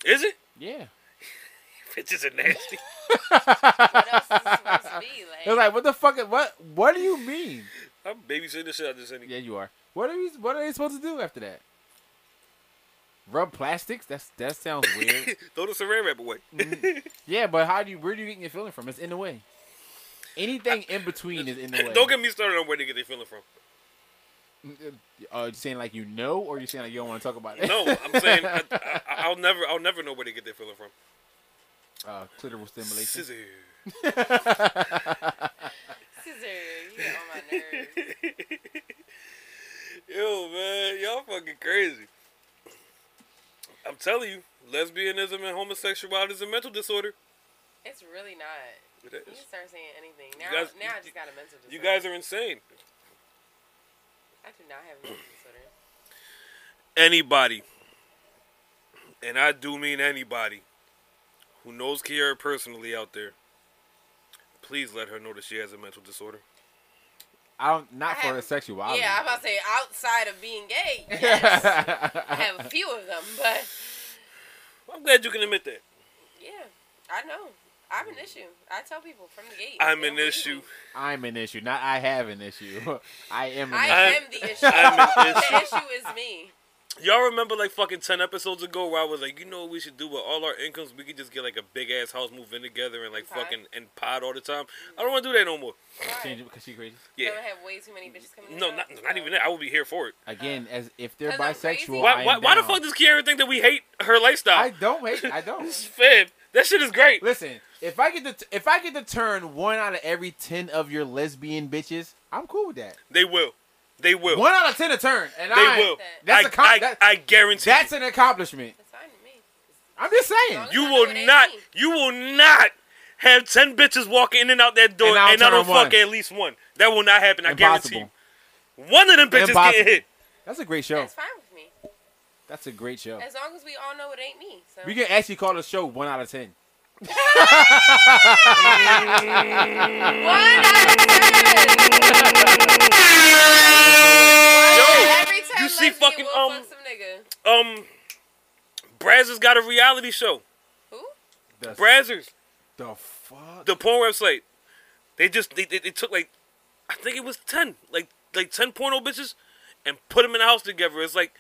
Is it? Yeah. Bitches are nasty. What else is it supposed to be? Like, They're like, what the fuck? What? What do you mean? I'm babysitting the shit out of this thing. Yeah, you are. What are you? What are they supposed to do after that? Rub plastics? That's that sounds weird. Throw the saran wrap away. yeah, but how do you? Where do you getting your feeling from? It's in the way. Anything in between is in the way. Don't get me started on where they get their feeling from. Uh, you saying like you know, or you saying like you don't want to talk about it? No, I'm saying I, I, I'll never, I'll never know where they get their feeling from. Uh, clitoral stimulation. Scissor. scissor. You get on my nerves. Yo, man, y'all fucking crazy. I'm telling you, lesbianism and homosexuality is a mental disorder. It's really not. It You is. can start saying anything. You Now, guys- now I you- just got a mental disorder. You guys are insane. I do not have a mental disorder. Anybody, and I do mean anybody, who knows Kiara personally out there, please let her know that she has a mental disorder. I don't. Not I for have- her sexuality. Yeah, I'm about to say outside of being gay, yes, I have a few of them, but I'm glad you can admit that. yeah, I know. I'm an issue. I tell people from the gate. I'm They an don't believe issue. me. I'm an issue. Not I have an issue. I am an I issue. am the issue. I'm an the issue is me. Y'all remember like fucking ten episodes ago where I was like, you know what we should do with all our incomes? We could just get like a big ass house, move in together, and like Okay. fucking and pod all the time. I don't want to do that no more. Why? Change it because she crazy. Yeah. Don't have way too many bitches coming. in No, the not, house? not even that. I will be here for it. Again, as if they're 'Cause I'm crazy. bisexual. I Why, am why, why the down. fuck does Kiara think that we hate her lifestyle? I don't hate. I don't. Fib, that shit is great. Listen, if I get to if I get to turn one out of every ten of your lesbian bitches, I'm cool with that. They will. They will. One out of ten to turn, and They I will. That's I, a com- I, that- I guarantee that's you. an accomplishment. That's fine with me. I'm just saying. As You long as I know it will ain't not. me. You will not have ten bitches walking in and out that door, And and, I'll I turn don't one. fuck at least one. That will not happen. I Impossible. guarantee you. One of them bitches Impossible. getting hit. That's a great show. That's fine with me. That's a great show. As long as we all know it ain't me. So We can actually call the show one out of ten. Every time you see lesbian fucking, will um, fuck some nigga. Um, Brazzers got a reality show. Who? The, Brazzers, the fuck? the porn website. They just they, they, they took like, I think it was ten, like like ten porno bitches, and put them in a house together. It's like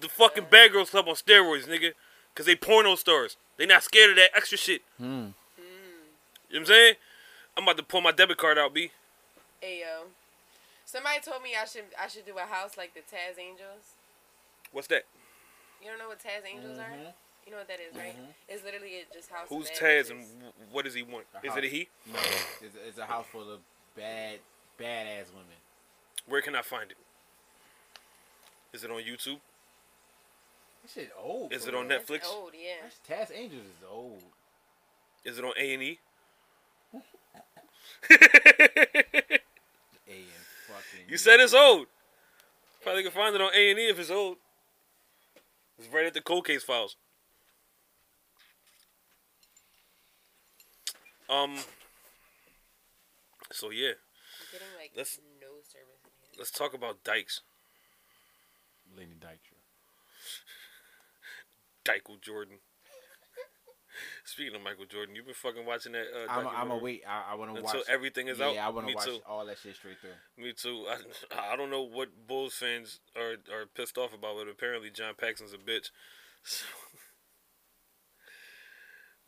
the fucking Bad Girls Club on steroids, nigga. Cause they porno stars. They not scared of that extra shit. You know what I'm saying? I'm about to pull my debit card out, B. Ayo. Somebody told me I should I should do a house like the Taz Angels. What's that? You don't know what Taz Angels Mm-hmm. are? You know what that is, right? It's literally it just house. Who's bed Taz bitches. and wh- what does he want? Is Uh-huh. it a he? No, it's, it's a house full of bad, badass women. Where can I find it? Is it on YouTube? This shit old. Is for it on real. It's Netflix? Old, yeah. That's- Taz Angels is old. Is it on A and E? A and fucking. You said it's old. Probably can find it on A and E if it's old. It's right at the cold case files. Um. So yeah, I'm getting like That's- no service in here. let's talk about Dykes, Lenny Dykstra. Dykel Jordan. Speaking of Michael Jordan, you've been fucking watching that. Uh, I'm. I'm documentary gonna wait. I, I want to watch. until everything is out. Yeah, I want Me to watch too. all that shit straight through. Me too. I, I don't know what Bulls fans are, are pissed off about, but apparently John Paxson's a bitch. So,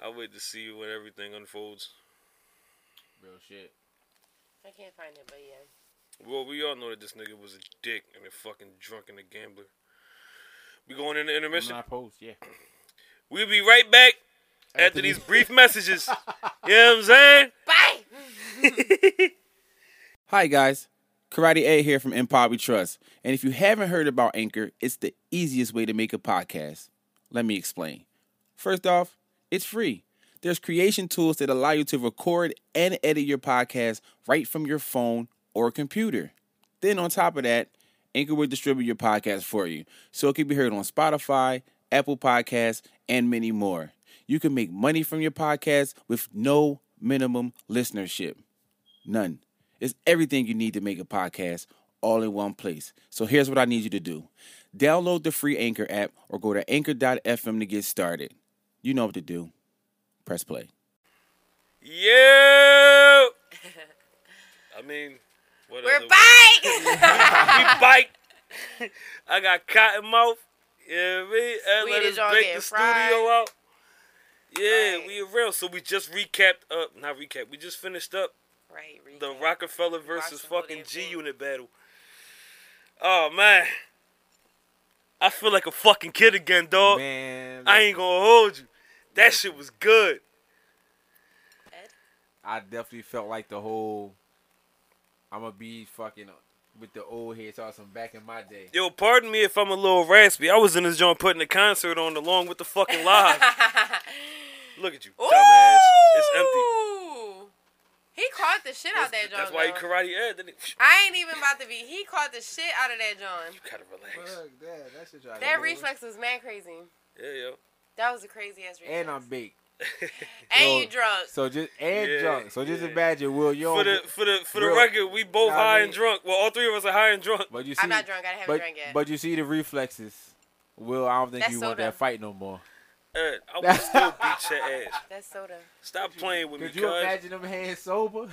I'll wait to see when everything unfolds. Real shit. I can't find it, but yeah. Well, we all know that this nigga was a dick and a fucking drunk and a gambler. We going into intermission. Not post, yeah. We'll be right back after, these brief messages. you know what I'm saying? Bye. Hi guys, Karate A here from Empire We Trust. And if you haven't heard about Anchor, it's the easiest way to make a podcast. Let me explain. First off, it's free. There's creation tools that allow you to record and edit your podcast right from your phone or computer. Then on top of that, Anchor will distribute your podcast for you, so it can be heard on Spotify, Apple Podcasts, and many more. You can make money from your podcast with no minimum listenership. None. It's everything you need to make a podcast all in one place. So here's what I need you to do download the free Anchor app or go to anchor.fm to get started. You know what to do. Press play. Yeah. I mean, what We're other- back. We bike. I got cotton mouth. Yeah, me. And let Sweet us as y'all break getting the fried. studio out. Yeah, Right. we real. So we just recapped up. Not recap. We just finished up right. Reed. the Rockefeller versus Rockefeller fucking and G Ford. Unit battle. Oh man, I feel like a fucking kid again, dog. Man, Oh, I ain't gonna hold you. That shit was good. I definitely felt like the whole I'm gonna be fucking with the old heads awesome back in my day. Yo, pardon me if I'm a little raspy. I was in this joint putting a concert on along with the fucking live. Look at you, dumbass. It's empty. Ooh. He caught the shit out that John. That's why you though. karate air. Then it, I ain't even about to be. He caught the shit out of that John. you gotta relax. that, that shit That reflex was mad crazy. Yeah, yo. That was a crazy ass reflex. And I'm big. And yo. you drunk. So just and Yeah, drunk. So just yeah. imagine, Will, you For don't- the for the for the Real. record, we both Nah, I high mean- and drunk. Well, all three of us are high and drunk. But you see, I'm not drunk. I haven't but, drank yet. But you see the reflexes. Will, I don't think That's you want soda. that fight no more. Ed, I would still beat your ass. That's soda. Stop playing with me, Could you cuz. imagine them hands sober?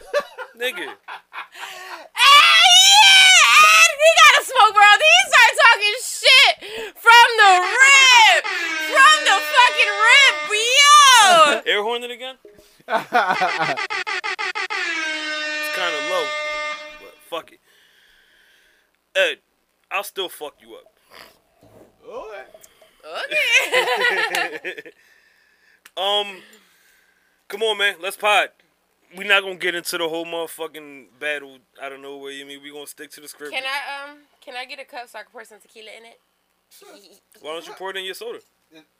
Nigga. Ah, yeah! And he got a smoke, bro. Then he started talking shit from the rib. From the fucking rib, yo. Air horn it again? It's kind of low, but fuck it. Ed, I'll still fuck you up. Okay. Um, come on, man. Let's pod. we not gonna get into the whole motherfucking battle. I don't know where you mean. we gonna stick to the script. can I um? Can I get a cup so I can pour some tequila in it? Why don't you pour it in your soda?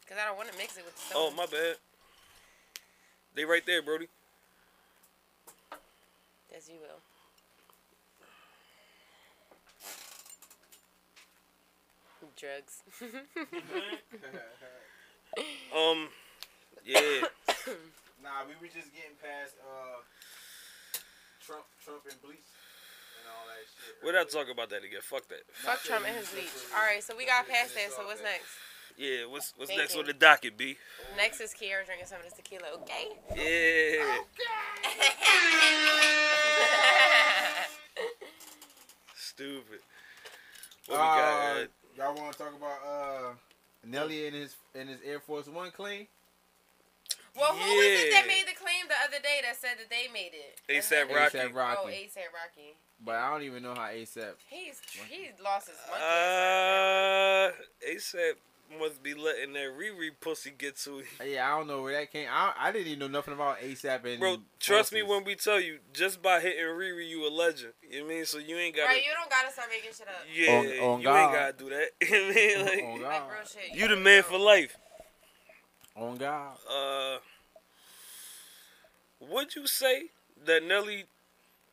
Cause I don't want to mix it with the Oh, soda. my bad. They right there, Brody. Yes, you will. Drugs. Um, yeah. Nah, we were just getting past uh, Trump, Trump and Bleach and all that shit. We're not talking about that again. Fuck that. Fuck Trump and his leech. All right, so we got past that. So what's next? Yeah. What's what's Thank next you. on the docket, B? Next is Kiara drinking some of this tequila. Okay. Yeah. Stupid. What we got? Uh, Ed? y'all want to talk about uh, Nelly and his and his Air Force One claim? Well, who was it that Yeah. made the claim the other day that said that they made it? A$AP That's Rocky. ASAP not- Oh, Rocky. ASAP Rocky. but I don't even know how ASAP. He's he lost his monkey. Uh, ASAP must be letting that Riri pussy get to him. Yeah, I don't know where that came. I, I didn't even know nothing about ASAP and. Bro, trust me when we tell you, just by hitting Riri, you a legend. You know what I mean? So you ain't gotta. Right, you don't gotta start making shit up. yeah, On- on you God. ain't gotta do that. You know what I mean? Like, on Oh, God, Like real shit. you the man for life. on Oh, God, Uh, would you say that Nelly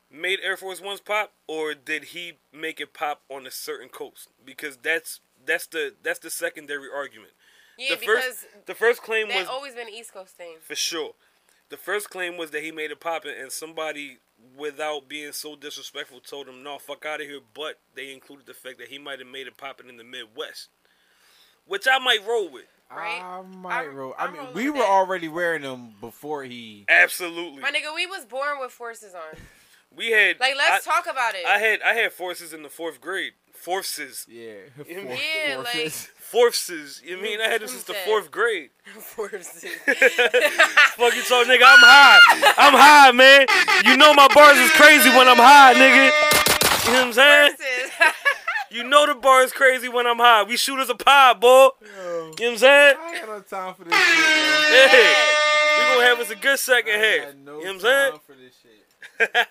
made Air Force Ones pop, or did he make it pop on a certain coast? Because that's that's the that's the secondary argument. Yeah, the because first the first claim that was always been an East Coast thing. for sure. The first claim was that he made it poppin', and somebody, without being so disrespectful, told him, "No, fuck out of here." But they included the fact that he might have made it poppin' in the Midwest, which I might roll with. Right? I might I'm- roll. I I'm mean, rolling we with were that. already wearing them before he. Absolutely. My nigga, we was born with forces on. We had Like, let's I, talk about it. I had I had forces in the fourth grade. Forces, Yeah. Yeah, like- Forfeits. forces. You mean I had this since the fourth grade? Forces. Fuck you, so nigga. I'm high. I'm high, man. You know my bars is crazy when I'm high, nigga. You know what I'm saying? Forces. You know the bar is crazy when I'm high. We shoot as a pod, boy. You know what I'm saying? I ain't got no time for this shit. Yeah. We gonna have us a good second man. I half. got no you know what time I'm for this shit. saying?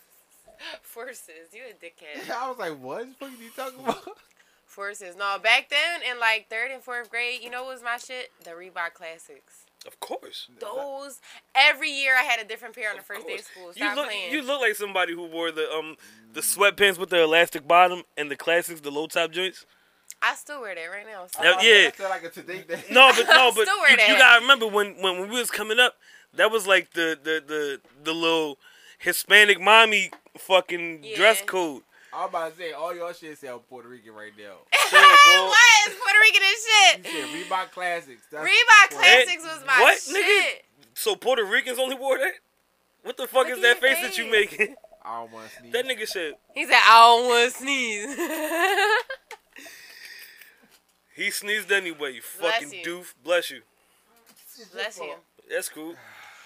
Forces. You a dickhead. I was like, what the fuck are you talking about? Forces. No, back then in like third and fourth grade, you know what was my shit? The Reebok Classics. of course. Those every year I had a different pair on the first day of course. school. You Stop look, playing. you look like somebody who wore the um the sweatpants with the elastic bottom and the classics, the low top joints. I still wear that right now. So. Hell Uh, yeah. That's like a today thing. No, but no, but Oh, Still wear you, that. you gotta remember when, when we was coming up, that was like the the the, the little Hispanic mommy fucking Yeah. dress code. I'm about to say, all y'all shit sound Puerto Rican right now. Chill, boy. what? It's Puerto Rican You and said shit. Reebok Classics. That's Reebok Puerto- Classics was my What, shit. nigga? So Puerto Ricans only wore that? What the fuck is Look that at your face, that you face. making? I don't want to sneeze. That nigga said He said, I don't want to sneeze. he sneezed anyway. You Bless fucking you. doof. Bless you. Bless you. That's cool.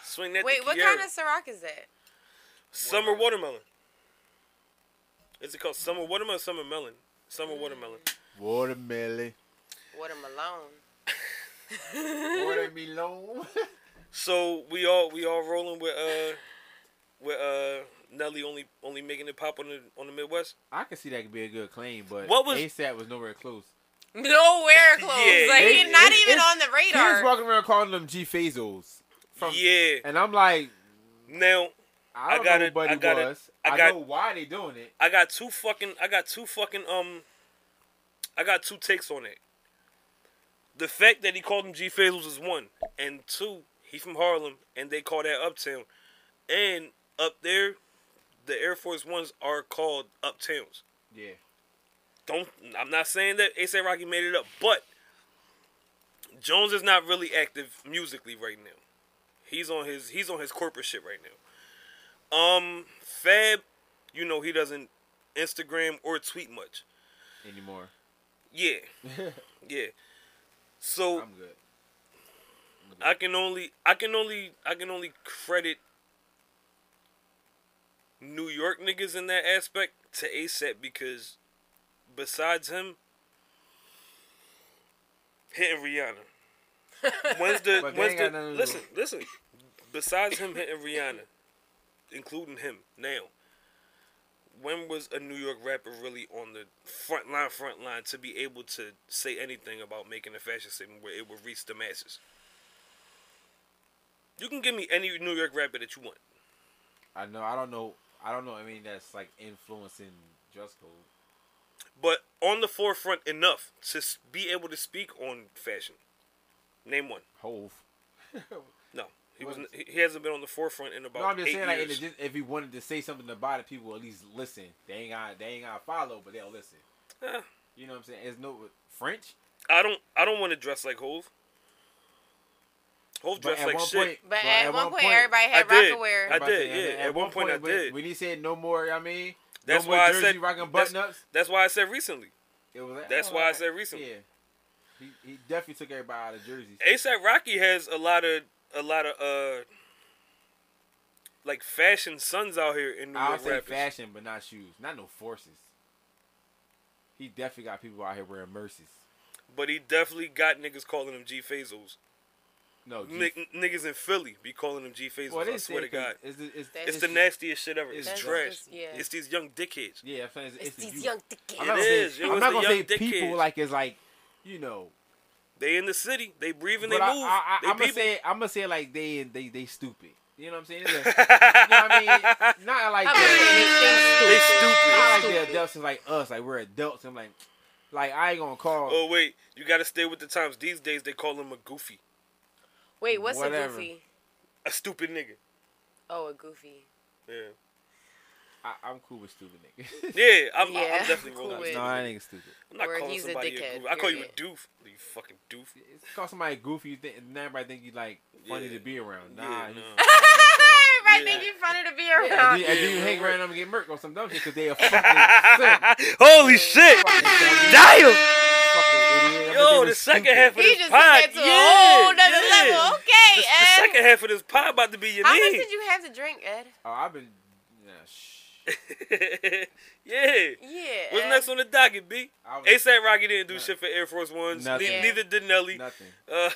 Swing that. Wait, what Kiara. kind of Ciroc is that? summer watermelon? Is it called summer watermelon? or Summer melon. Summer watermelon. Watermelon. Watermelon. Watermelon. So we all we all rolling with uh with uh Nelly only only making it pop on the on the Midwest. I can see that could be a good claim, but What was- ASAP was nowhere close. Nowhere close. Yeah, like, it- he's not it- even it's- on the He was radar. walking around calling them G Fazos. From- yeah. And I'm like, Now I I don't got know it, what I it got it, was. I I, got- know why they doing it. I got two fucking I got two fucking um I got two takes on it. The fact that he called him G Fazels is one. And two, he from Harlem and they call that uptown. And up there, the Air Force Ones are called uptowns. Yeah. Don't I'm not saying that ASAP Rocky made it up, but Jones is not really active musically right now. He's on his he's on his corporate shit right now. Um Fab, you know he doesn't Instagram or tweet much. Anymore. Yeah. yeah. So I'm good. I can only I can only I can only credit New York niggas in that aspect to ASAP because besides him hitting Rihanna. When's the But they when's ain't got the nothing to do. listen, listen. Besides him hitting Rihanna, including him now, when was a New York rapper really on the front line front line to be able to say anything about making a fashion statement where it would reach the masses? You can give me any New York rapper that you want. I know. I don't know. I don't know. I mean, that's like influencing dress code. but on the forefront enough to s- be able to speak on fashion. Name one. Hove. No, he What? wasn't. He he hasn't been on the forefront in about No, I'm just eight saying, like, in years. the, just- if he wanted to say something about it, people will at least listen. They ain't got, they ain't got follow, but they'll listen. Yeah. You know what I'm saying? It's no French, I don't. I don't want to dress like Hove. Hove but dressed at like one shit. point, But at, one point, everybody had I did. Rockaware. I I'm about to did, say, yeah, at one point I when- did. When he said no more, I mean, that's no more why jersey I said rocking that's- button ups. That's why I said recently. It was like, that's oh, why I alright. said recently. Yeah, he, he definitely took everybody out of jerseys. ASAP Rocky has a lot of a lot of uh like fashion sons out here in New I'll York say rappers. fashion, but not shoes, not no forces. He definitely got people out here wearing mercies. But he definitely got niggas calling him G Fazos. No, G- N- niggas in Philly be calling them G Fazos. well, I it's- swear to it's- God. it's, the- it's, It's It's the just- nastiest shit ever. It's it's trash. just- yeah. It's these young dickheads. Yeah, I'm saying it's, It's the these youth. young I'm It not dickheads. gonna say, is. It I'm was not the gonna say young dick people kids. like it's like, you know. They in the city. They breathe and they but I, move. I, they I, I'm gonna people. say I'm gonna say like they they they stupid. You know what I'm saying? It's a- you know what I mean? Not like I'm gonna say they're, they they stupid. stupid. not like they're adults. It's like us. Like we're adults. I'm like, like I ain't gonna call. Oh wait, you gotta stay with the times. These days they call him a goofy, Wait, what's a Whatever. goofy? a stupid nigga. Oh, a goofy. Yeah, I, I'm cool with stupid niggas. yeah. I'm, I- Yeah, I'm definitely cool rolling. with with it. stupid no, I niggas. ain't stupid. I'm not Or calling he's a somebody a dickhead, goofy. I call you a period. doof. You fucking doof. It's call somebody goofy. You think and everybody think you like funny Yeah. to be around. Yeah, Nah, you no. Everybody think you're funny to be around. And then- and then you hang around them and get murked on some dumb shit because they a fucking simp. Holy shit! Damn! Fucking idiot. I bet they Yo, was the second stupid. half of He this just took pod, that to a yeah, whole nother yeah. level. Okay, The, the Ed. second half of this pod about to be your How much name. did you have to drink, Ed? Oh, I've been. Yeah, shh. yeah. Yeah. What's Ed. next on the docket, B? I was- ASAP Rocky didn't do Nothing. shit for Air Force Ones. Ne- Nothing. Yeah. Neither did Nelly. Nothing. Uh,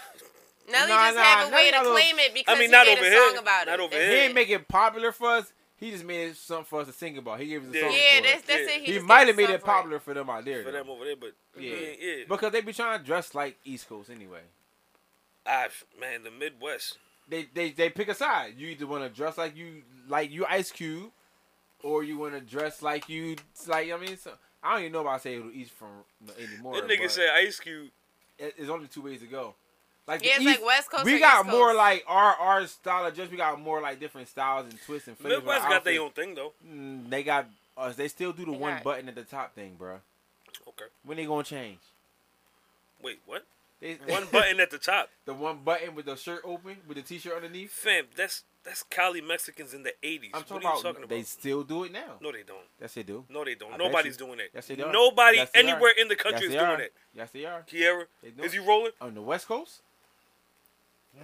Nelly Nah, just nah, have a way Nelly to not over- claim it because I mean, he not made over a song here. about it. Not over He here. didn't make it popular for us. He just made it something for us to sing about. He gave us a Yeah. song. Yeah, for that's it. that's Yeah. it. He just might gave have made us it some popular for them out there. for though. them over there, but Yeah. yeah, yeah. Because they be trying to dress like East Coast anyway. I, man, the Midwest. They they they pick a side. You either want to dress like you like you Ice Cube, or you want to dress like you like I mean. So, I don't even know about saying who East from anymore. That nigga but said Ice Cube. it- it's only two ways to go. Like the Yeah, it's East, like West Coast. we or got East more Coast. like our our style of dress. We got more like different styles and twists and flavors. Midwest got their own thing though. own. They got us. They still do the They one got- button at the top thing, bro. Okay. When they gonna change? Wait, what? They, One button at the top. the one button with the shirt open with the t-shirt underneath. Fam, that's that's Cali Mexicans in the 80s. I'm what talking are you about, talking about? They still do it now. No, they don't. Yes, they do. No, they don't. I bet Nobody's you. doing it. Yes, they do. Nobody Yes, they anywhere are. in the country yes, is they are. doing it. Yes, they are. Kiera, They do is it. you rolling? On the West Coast,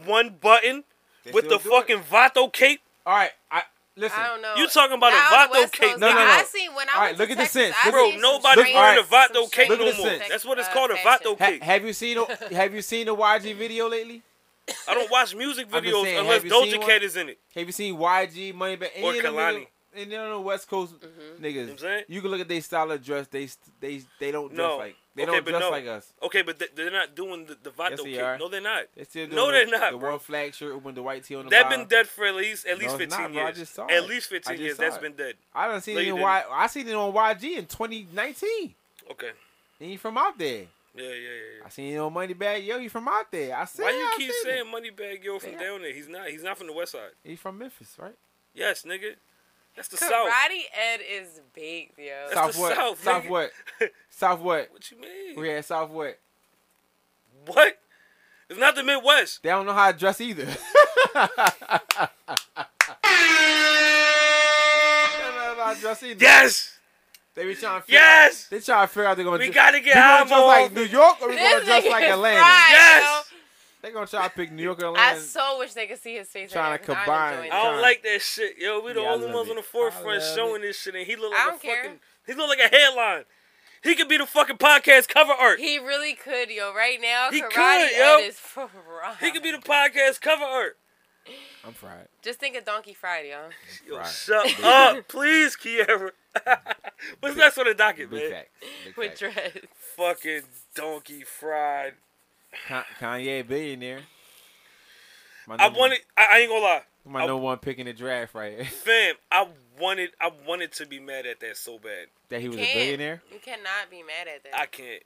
One button They with the still do it. fucking Vato cape. All right, I listen. I don't know. You talking about a Nah, I was Vato West cape. Coast, No, but no, no. I seen when I All went right, look to at the Texas, sense. I Look- Bro, seen some nobody's strange- wearing a Alright. some Vato cape strange Look at no the more. sense. That's what it's uh, called, a fashion. Vato Ha- cape. have you seen the- have you seen the YG video lately? I don't watch music I'm just videos saying, unless have you seen Doja one? Cat is in it. Have you seen YG Money Or Back any of Kalani. them Mm-hmm. niggas- Any of them West Coast know what I'm niggas? saying? you can look at their style of dress. They st- they they don't dress No. like they Okay, don't but dress no. like us. Okay, but they- they're not doing the, the Vato Yes, they cape. are. No, they're not. They still doing No, the, they're not, The bro. world flag shirt with the white tee on the That's bottom. been dead for at least at least No, it's 15 not, bro. I years. just saw At it. least I 15 just years. saw That's it. been dead. I done seen No, it you in didn't. y- I seen it on YG in 2019. Okay. And you from out there? Yeah, yeah, yeah. I seen it on Money Bag Yo. You from out there? I said. Why you I keep seen it. saying Moneybag Yo from Yeah. down there? He's not. He's not from the West Side. He from Memphis, right? Yes, nigga. That's the South. Karate Ed is baked, yo. That's South the what? South, South nigga. what? South what? What you mean? We had South what? What? It's not the Midwest. They don't know how to dress either. They don't know how to dress either. Yes. They be trying to figure Yes. out, they trying to figure out they're gonna We ju- gotta get we gonna high dress more like often. New York or we This gonna dress nigga like is Atlanta. fried, Yes. yo. They gonna try to pick New York and I Atlanta. so wish they could see his face. Trying right to now. I'm combine. enjoying I it. don't Nah. like that shit. Yo, we the Yeah, I only love ones on it. the I forefront love showing this shit, and he look I like a don't care. fucking. He look like a headline. He could be the fucking podcast cover art. He, He really could, yo. Right now, He Karate could, yo. Ed is fried. could be the podcast cover art. I'm fried. Just think of Donkey Friday, yo. Yo, Right. shut up, please, Kiara. What's next on the docket, Big man? facts. Big With facts. dreads. Fucking donkey fried. Ka- Kanye a billionaire. My I number- wanted. I, I ain't gonna lie, my I- number one pick in the draft right here. fam. I wanted. I wanted to be mad at that so bad. that he was Can't. a billionaire. You cannot be mad at that. I can't.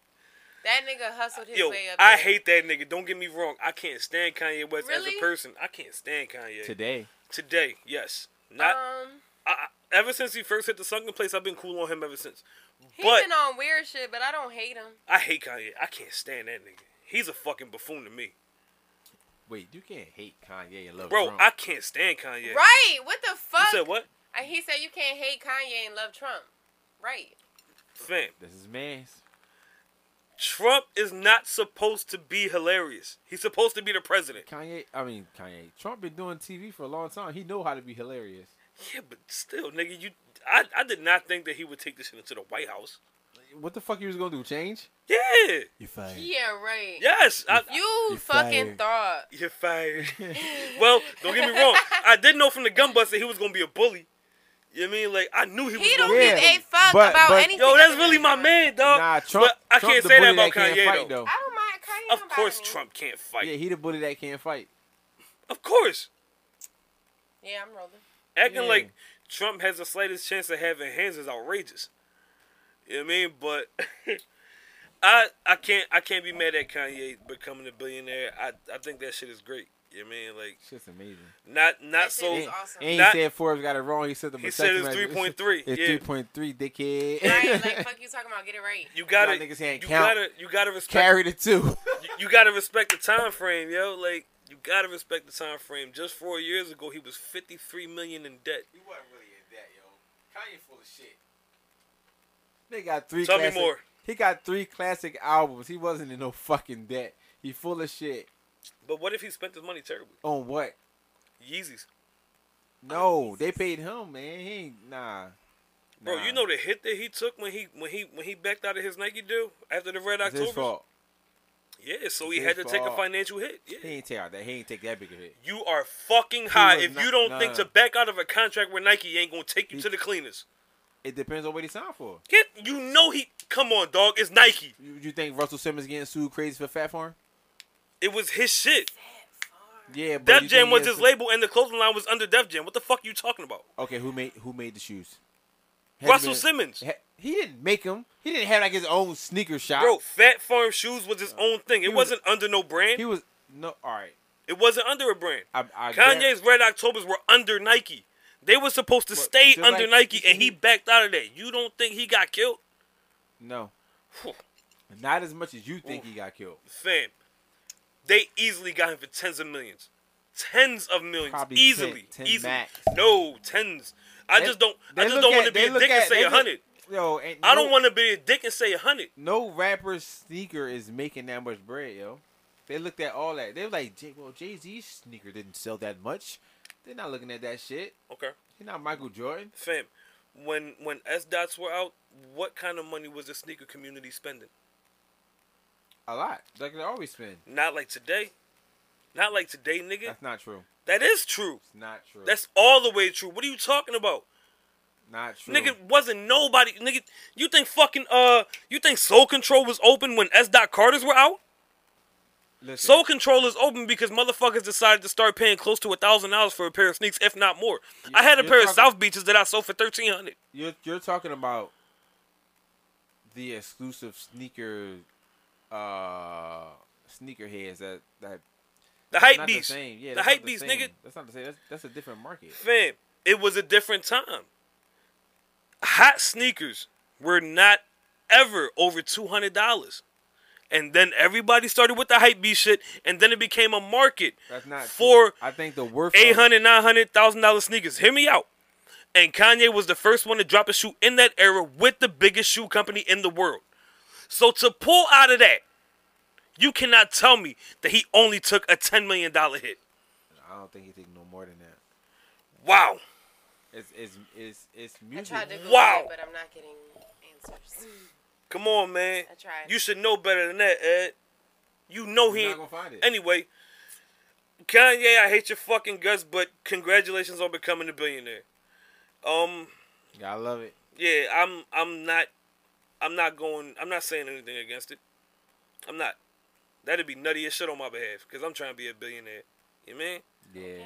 that nigga hustled his Yo, way up. I there. hate that nigga. Don't get me wrong. I can't stand Kanye West as Really? a person. I can't stand Kanye. Today, Today, yes. Not Um, I, I- ever since he first hit the sunken place. I've been cool on him ever since. he's But been on weird shit, but I don't hate him. I hate Kanye. I can't stand that nigga. He's a fucking buffoon to me, wait, you can't hate Kanye and love bro. Trump. I can't stand Kanye. Right? What the You fuck? said what, Uh, He said you can't hate Kanye and love Trump. Right. fam? this is man's. Trump is not supposed to be hilarious. He's supposed to be the president. Kanye, I mean Kanye, Trump been doing TV for a long time. He know how to be hilarious. Yeah, but still, nigga, you. I, I did not think that he would take this shit into the White House. What the fuck you was gonna do? Change? Yeah. You're fired. Yeah, right. Yes. I, You You fucking fired. thought. You're fired. well, don't get me wrong. I did know from the gun bust that he was gonna be a bully. You know what I mean? Like I knew he was. He gonna don't be a Yeah, give bully. a fuck but- about but- anything. Yo, that's other really than my that. man, dog. Nah, Trump. Uh, But I Trump can't the say that bully about can't Kanye fight, though. I don't mind Kanye. Of don't bother course, me. Trump can't fight. Yeah, he the bully that can't fight. Of course, Yeah, I'm rolling. acting Yeah. like Trump has the slightest chance of having hands is outrageous. You know what I mean? But I I can't I can't be mad at Kanye becoming a billionaire. I I think that shit is great. You know what I mean? Like Shit's amazing. not not That shit so. is And, awesome. and he Not- said Forbes got it wrong. He said the He said it's Massachusetts- 3.3, It's yeah. three point three, dickhead. Right? Like, fuck you talking about? Get it right. You gotta, Y'all niggas can't you count. gotta, you gotta respect. Carried it too. you, you gotta respect the time frame, yo. Like you gotta respect the time frame. Just four years ago, he was 53 million in debt. He wasn't really in that, yo. Kanye full of shit. They got three. Tell me classic, more. He got three classic albums. He wasn't in no fucking debt. He full of shit. But what if he spent his money terribly? On what? Yeezys, No, they paid him, man. He ain't nah. bro. Nah. You know the hit that he took when he when he when he backed out of his Nike deal after the Red it's his October. fault. Yeah, so he It's had to his take a fault. financial hit. Yeah. He ain't take out that. He ain't take that big of hit. You are fucking high was if not- you don't nah. think to back out of a contract where Nike ain't gonna take you He- to the cleaners. It depends on what he signed for. Get you know he come on dog, it's Nike. You, you think Russell Simmons getting sued crazy for Fat Farm? It was his shit. Yeah, but Def you Jam think was he his has- label and the clothing line was under Def Jam. What the fuck you talking about? Okay, who made who made the shoes? Had Russell it been- Simmons. ha- He didn't make them. He didn't have like his own sneaker shop. Bro, Fat Farm Shoes was his own thing. It was- wasn't under no brand. he was no. All right, it wasn't under a brand. I, I guarantee- Kanye's Red Octobers were under Nike. They were supposed to But stay just under like- Nike, and he backed out of that. You don't think he got killed? No. Phew. Not as much as you think he got killed. Fam, they easily got him for tens of millions. Tens of millions. Probably easily. 10, 10 easily. max. No, tens. I They- just don't they I just look don't at- want to be they a look dick and at- say they a look- hundred. Yo, ain't I don't no- want to be a dick and say a hundred. No rapper sneaker is making that much bread, yo. They looked at all that. They were like, Jay, well, Jay Z's sneaker didn't sell that much. They're not looking at that shit. Okay. He's not Michael Jordan. Fam, when when S dots were out, what kind of money was the sneaker community spending? A lot. Like they always spend. Not like today. Not like today, nigga. That's not true. That is true. It's not true. That's all the way true. What are you talking about? not true. Nigga wasn't nobody. Nigga, you think fucking uh, you think Soul Control was open when S. Dot Carter's were out? Listen, Soul Control is open because motherfuckers decided to start paying close to a thousand dollars for a pair of sneaks, if not more. I had a you're pair of talking- South Beaches that I sold for thirteen hundred. you're you're talking about the exclusive sneaker, uh, sneakerheads that The that that's hype not beast, The, same. Yeah, the that's not hype beast, same. nigga. That's not the same. That's, that's a different market. Fam, it was a different time. Hot sneakers were not ever over two hundred dollars. And then everybody started with the hype beast shit, and then it became a market That's not true. Oh. for I think the worth. of- Eight hundred, nine hundred thousand dollars sneakers. Hear me out. And Kanye was the first one to drop a shoe in that era with the biggest shoe company in the world. So to pull out of that, you cannot tell me that he only took a ten million dollar hit. I don't think he take no more than that. Wow. It's it's it's it's I music. tried to Google Wow. it, but I'm not getting answers. Come on, man. I tried. You should know better than that, Ed. You know he You're ain't. not gonna find it. Anyway, Kanye, I hate your fucking guts, but congratulations on becoming a billionaire. Um, Yeah, I love it. Yeah, I'm I'm not I'm not going I'm not saying anything against it. I'm not. That'd be nutty as shit on my behalf because I'm trying to be a billionaire. You mean? Yeah.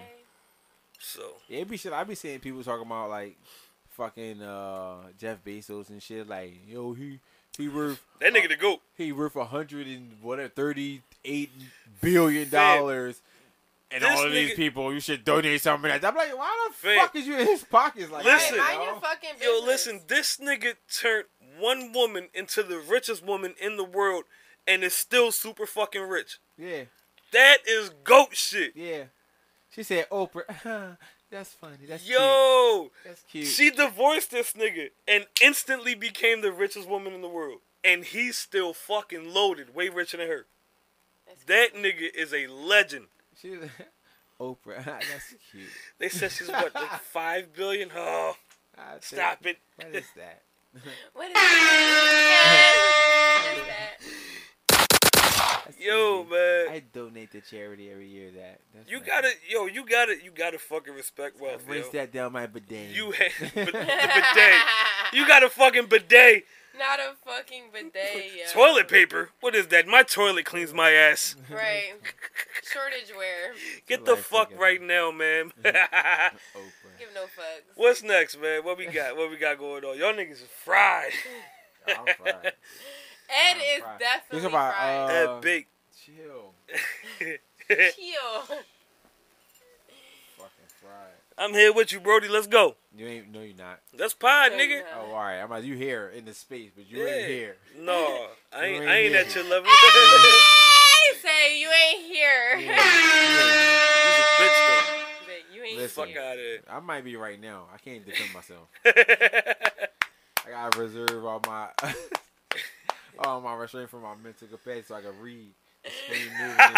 So Yeah, it be shit. I be seeing people talking about like fucking uh Jeff Bezos and shit. Like yo, he he worth that nigga the goat. he worth a hundred and whatever thirty eight billion dollars. And This all of these nigga- people, you should donate something. Like that. I'm like, why the Fam. fuck is you in his pockets? Like, that, Listen. Hey, mind your yo? fucking business. Yo, listen, this nigga turned one woman into the richest woman in the world and is still super fucking rich. yeah, That is goat shit. yeah. She said, Oprah. that's funny. That's Yo, cute. That's cute. she divorced this nigga and instantly became the richest woman in the world. And he's still fucking loaded, way richer than her. That's That nigga is a legend. She's Oprah. That's cute. They said she's what, like five billion? Oh, I think- stop it. What is that? What is that? What is that? That's Yo, easy. man. Mm-hmm. I donate to charity every year. That that's You my- gotta, yo, you gotta, you gotta fucking respect I wealth, rinse yo. that down my bidet. You had the bidet. You got a fucking bidet. Not a fucking bidet. Yeah. Toilet paper. What is that? My toilet cleans my ass. Right. Shortage wear. Get the That's what I fuck think of right now, man. Oprah. Give no fucks. What's next, man? What we got? What we got going on? Y'all niggas is fried. I'm fried. Ed I'm is fried. definitely Think about, fried. That Uh, big. Chill. Eh. Chill. Fucking fried. I'm here with you, Brody. Let's go. You ain't. No, you're not. Let's pod, No, Ah, nigga. you're not. Oh, all right. I'm like you here in the space, but you Yeah. ain't here. No, I ain't, ain't I ain't here. at your level. He said you ain't here. He's a bitch though. He said, you ain't Listen. Fuck out of here. I might be right now. I can't defend myself. I gotta reserve all my all my restraint for my mental capacity so I can read. and screen moving and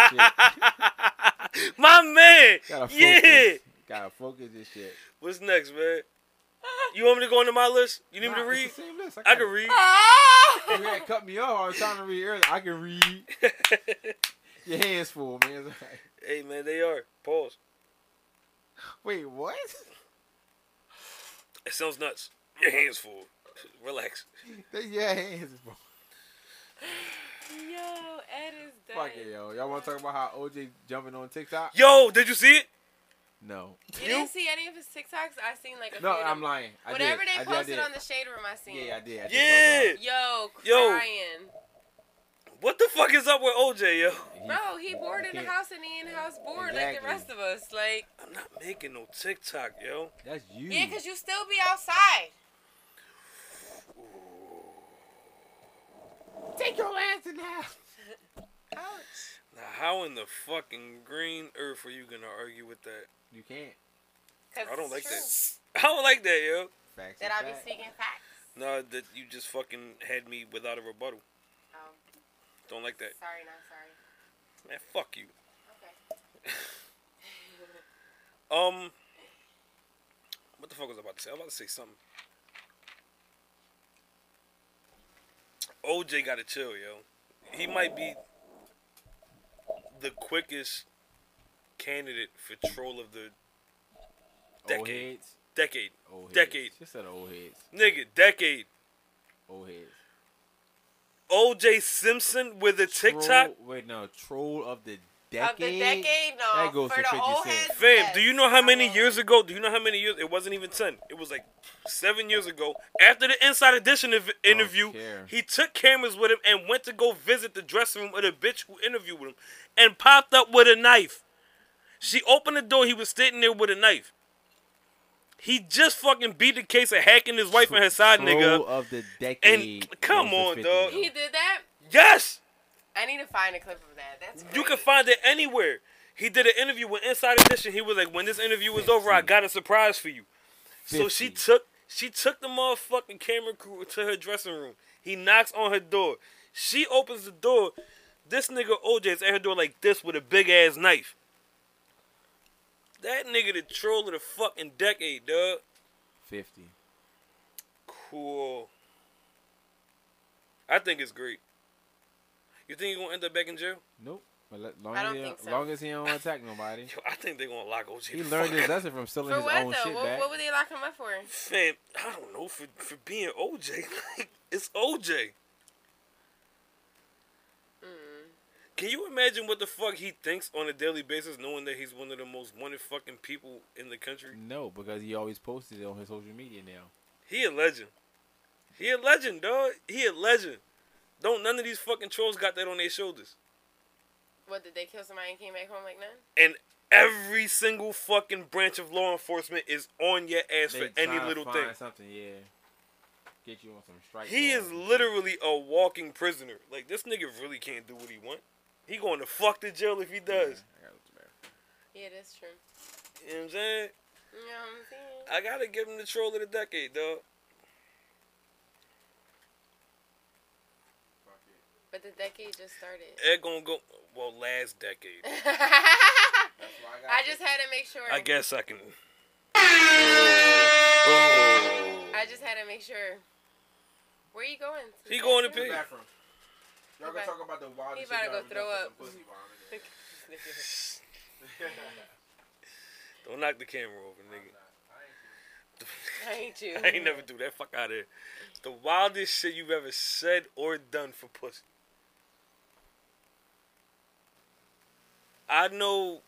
shit. My man. Gotta focus. Yeah. Gotta focus this shit. What's next, man? You want me to go into my list? You need me to Nah, read? it's the same list. I got can it. read. here. You had cut me off. I was trying to read earlier. I can read. Your hands full, man. It's alright. hey man, they are. Pause. Wait, what? It sounds nuts. Your hands full. Relax. They- Your hands full. Yo, Ed is done. Fuck it, yo. Y'all want to talk about how OJ jumping on TikTok? Yo, did you see it? No. You didn't see any of his TikToks? I seen like a No, few of I'm them. lying. I Whatever did. they I did, I posted did. on the shade room, I seen. Yeah, I did. I Yeah. did. Yo, Yo. crying. What the fuck is up with OJ, yo? Bro, he bored in the can't- house and he in the house bored like the Exactly. rest of us. Like, I'm not making no TikTok, yo. That's you. yeah, because you still be outside. take your ass in the house. Now, how in the fucking green earth are you gonna argue with that? You can't. 'Cause I don't it's like true that. I don't like that, yo. Facts. That is I be facts. speaking facts. No, that you just fucking had me without a rebuttal. Oh, Don't like that. sorry, not sorry. Man, fuck you. Okay. Um, what the fuck was I about to say? I was about to say something. OJ got to chill, yo. He might be the quickest candidate for troll of the Old decade. heads. Decade, Old heads. Decade. Just said old heads. nigga, decade. Old heads. OJ Simpson with a TikTok. Troll, wait, no. Troll of the decade. Of the decade, no. That goes for to the 50 old cent. heads. Fam, yes. do you know how many I years ago? Do you know how many years? It wasn't even 10. It was like seven years ago. After the Inside Edition ev- interview, care. he took cameras with him and went to go visit the dressing room of the bitch who interviewed him and popped up with a knife. She opened the door. He was standing there with a knife. He just fucking beat the case of hacking his wife and her side Troll nigga. of the decade. come goes to on, 50, dog. He did that? Yes! I need to find a clip of that. That's You crazy. can find it anywhere. He did an interview with Inside Edition. He was like, "When this interview is over, I got a surprise for you." So she 50. took she took the motherfucking camera crew to her dressing room. He knocks on her door. She opens the door. This nigga OJ is at her door like this with a big ass knife. That nigga the troll of the fucking decade, dog. 50. Cool. I think it's great. You think he gonna end up back in jail? Nope. But let, long I as don't he, think so. long as he don't attack nobody. Yo, I think they gonna lock OJ. He the learned fuck his up. lesson from stealing For his what own though? shit What, back. what would they lock him up for? Fam, I don't know for for being OJ. Like it's OJ. Mm. Can you imagine what the fuck he thinks on a daily basis, knowing that he's one of the most wanted fucking people in the country? No, because he always posted it on his social media now. He a legend. He a legend, dog. He a legend. Don't none of these fucking trolls got that on their shoulders. What did they kill somebody and came back home like none? And every single fucking branch of law enforcement is on your ass They for any tryna little find thing. Something, yeah. Get you on some strike. He law. is literally a walking prisoner. Like this nigga really can't do what he want. He going to fuck the jail if he does. I got what you meant. Yeah, that's true. You know what I'm saying? You know what I'm saying? I gotta give him the troll of the decade, dog. But the decade just started. Ed gonna go well last decade. I just had to make sure. I guess I can. I just had to make sure. Where you going? He going to pee. Bathroom. Y'all Okay. gonna talk about the wild He shit about to go y'all ever done throw up. for some pussy while I'm in Don't knock the camera over, nigga. I hate you. I ain't never do that. Fuck out of here. The wildest shit you've ever said or done for pussy. I know,